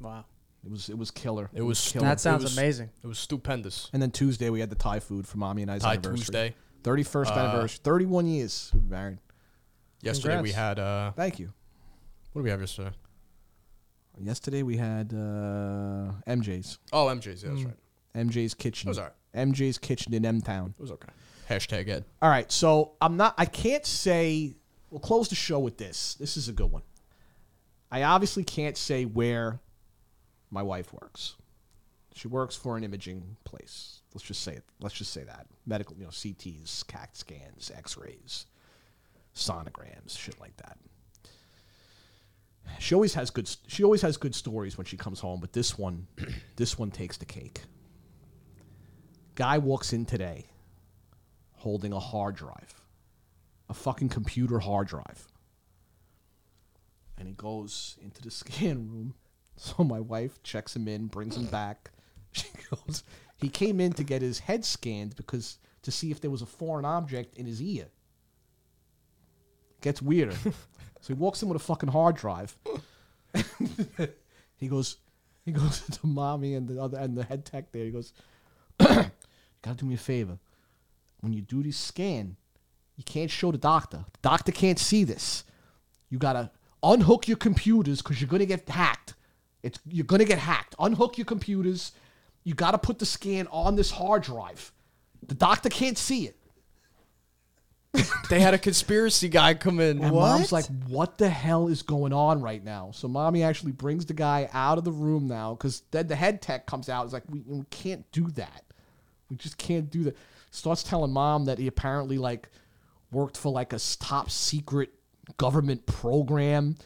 S4: Wow,
S2: It was it was killer.
S3: It was stu-
S4: that
S3: it
S4: sounds
S3: was-
S4: amazing.
S3: It was stupendous.
S2: And then Tuesday we had the Thai food for mommy and I's
S3: Thai
S2: anniversary.
S3: Tuesday. Uh,
S2: Thirty first anniversary. Thirty one years we've been married.
S3: Yesterday we
S4: Congrats.
S3: had uh
S2: Thank you.
S3: what do we have yesterday?
S2: Yesterday we had uh, MJ's.
S3: Oh MJ's,
S4: Mm.
S3: yeah, that's right.
S2: MJ's kitchen.
S3: Those are-
S2: MJ's kitchen in M Town.
S3: It was okay. Hashtag Ed.
S2: All right, so I'm not. I can't say. We'll close the show with this. This is a good one. I obviously can't say where my wife works. She works for an imaging place. Let's just say it. Let's just say that medical, you know, CTs, CAT scans, X-rays, sonograms, shit like that. She always has good. She always has good stories when she comes home, but this one, [clears throat] this one takes the cake. Guy walks in today holding a hard drive, a fucking computer hard drive. And he goes into the [laughs] scan room. So my wife checks him in, brings him back. [laughs] She goes, he came in to get his head scanned because to see if there was a foreign object in his ear. Gets weirder. so he walks in with a fucking hard drive. [laughs] he goes, he goes [laughs] to mommy and the other and the head tech there. He goes, [coughs] gotta do me a favor when you do this scan, you can't show the doctor. The doctor can't see this. You gotta unhook your computers because you're gonna get hacked. It's you're gonna get hacked. Unhook your computers. You gotta put the scan on this hard drive. The doctor can't see it.
S3: They had a conspiracy guy come in.
S2: And mom's like, what the hell is going on right now? So mommy actually brings the guy out of the room now because then the head tech comes out. Is like, we, we can't do that. We just can't do that. Starts telling mom that he apparently like worked for like a s- top secret government program.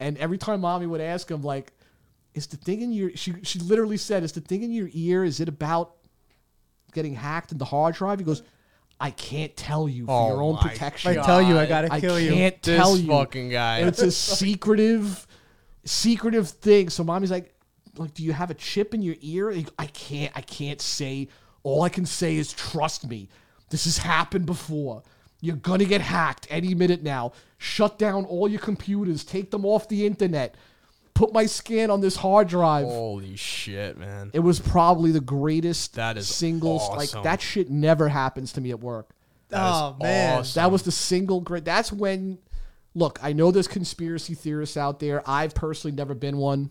S2: And every time mommy would ask him like, is the thing in your, she, she literally said, is the thing in your ear, is it about getting hacked in the hard drive? He goes, I can't tell you for
S3: Oh
S2: your own
S3: my
S2: protection.
S4: If I tell you, I
S3: God.
S4: gotta
S2: I
S4: kill you.
S2: can't
S3: This
S2: tell you.
S3: fucking guy.
S2: It's a secretive, secretive thing. So mommy's like, like, do you have a chip in your ear? Like, I can't. I can't say. All I can say is trust me. This has happened before. You're gonna get hacked any minute now. Shut down all your computers. Take them off the internet. Put my scan on this hard drive.
S3: Holy shit, man.
S2: It was probably the greatest
S3: That is
S2: single.
S3: awesome.
S2: Like that shit never happens to me at work.
S4: Oh man,
S3: awesome.
S2: That was the single great. That's when, look, I know there's conspiracy theorists out there. I've personally never been one,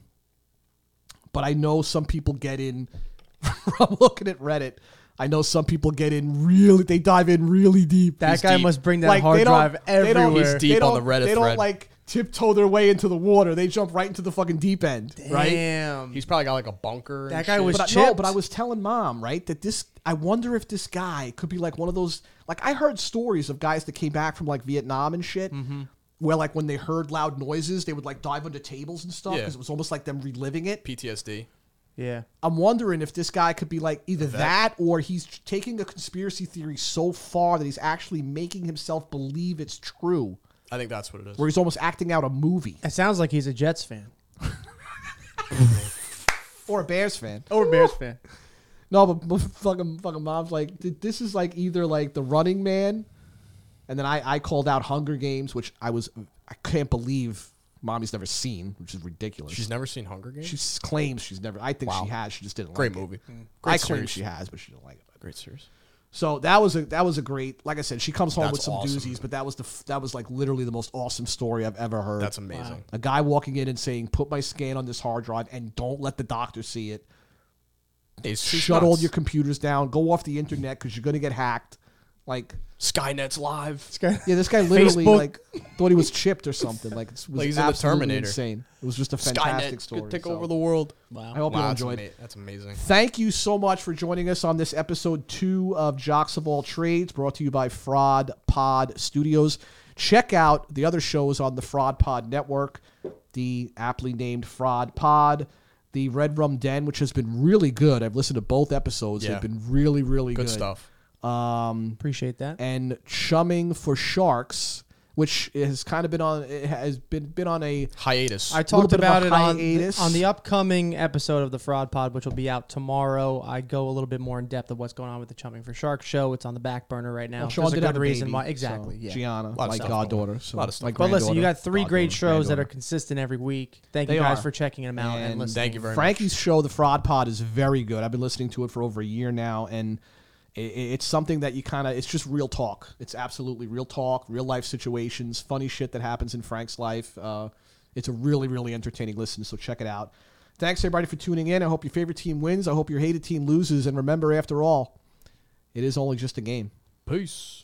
S2: but I know some people get in [laughs] from looking at Reddit. I know some people get in really. They dive in really deep.
S4: that guy
S3: deep.
S4: must bring that hard
S2: they don't-
S4: drive
S2: they don't-
S4: everywhere.
S3: He's deep
S2: they
S3: on
S2: don't-
S3: the Reddit
S2: They don't
S3: thread.
S2: like tiptoe their way into the water. They jump right into the fucking deep end. Right.
S4: Damn.
S3: He's probably got like a bunker.
S4: That
S3: and
S4: guy
S3: shit.
S4: was
S2: But I,
S4: chipped.
S2: no, but I was telling mom right that this. I wonder if this guy could be like one of those. Like I heard stories of guys that came back from like Vietnam and shit, where like when they heard loud noises, they would like dive under tables and stuff
S3: Yeah.
S2: because it was almost like them reliving it.
S3: PTSD.
S4: yeah.
S2: I'm wondering if this guy could be like either that or he's taking a conspiracy theory so far that he's actually making himself believe it's true,
S3: I think that's what it is.
S2: where he's almost acting out a movie
S4: It sounds like he's a Jets fan
S2: or a Bears fan.
S4: or a Bears fan.
S2: No, but, but fucking fucking mom's like th- this is like either like the Running Man, and then I I called out Hunger Games, which I was I can't believe mommy's never seen, which is ridiculous.
S3: She's never seen Hunger Games.
S2: she s- claims she's never. I think she has. She just didn't.
S3: great
S2: like it. Mm.
S3: movie.
S2: I
S3: Great
S2: claim
S3: series.
S2: she has, but she didn't like it.
S3: Great series.
S2: So that was a that was a great. Like I said, she comes home
S3: That's
S2: with some
S3: awesome.
S2: doozies, but that was the f- that was like literally the most awesome story I've ever heard.
S3: That's amazing.
S2: A guy walking in and saying, "Put my scan on this hard drive and don't let the doctor see it.
S3: It's
S2: Shut all your computers down. Go off the internet because you're gonna get hacked." Like,
S3: Skynet's live.
S2: yeah,
S3: [laughs]
S2: this guy literally
S4: Facebook.
S2: like thought he was chipped or something. Like, it was
S3: Like he's in The
S2: absolutely
S3: Terminator.
S2: insane. It was just a fantastic
S3: Skynet
S2: story.
S3: could take
S2: so.
S3: over the world.
S2: I hope you
S3: Wow, that's,
S2: enjoyed.
S3: ama- that's amazing.
S2: Thank you so much for joining us on this episode two of Jocks of All Trades, brought to you by Fraud Pod Studios. Check out the other shows on the Fraud Pod Network, the aptly named Fraud Pod, the Red Rum Den, which has been really good. I've listened to both episodes.
S3: Yeah.
S2: They've been really, really good.
S3: Good stuff.
S4: Appreciate that.
S2: And Chumming for Sharks, which has kind of been on it has been been on a
S3: Hiatus.
S4: I talked
S2: bit of a
S4: about it on
S2: hiatus.
S4: on the upcoming episode of the Fraud Pod, which will be out tomorrow. I go a little bit more in depth of what's going on with the Chumming for Shark show. It's on the back burner right now.
S2: Sean
S4: There's
S2: did
S4: a
S2: have
S4: good reason
S2: baby,
S4: why.
S2: so
S4: Exactly. yeah.
S2: Gianna, my
S3: stuff
S2: goddaughter. So,
S3: Lot of stuff
S2: my
S4: But listen, you
S2: granddaughter.
S4: got three great
S2: Goddaughter,
S4: shows that are
S2: granddaughter.
S4: consistent every week. Thank
S2: They
S4: you guys
S2: are.
S4: for checking them out and,
S2: And
S4: listening.
S3: Thank you very
S2: Frankie's show, The Fraud Pod, is very good. I've been listening to it for over a year now, and i- i it's something that you kind of, it's just real talk. It's absolutely real talk, real life situations, funny shit that happens in Frank's life. Uh, it's a really, really entertaining listen, so check it out. Thanks, everybody, for tuning in. I hope your favorite team wins. I hope your hated team loses. And remember, after all, it is only just a game.
S3: much. Peace.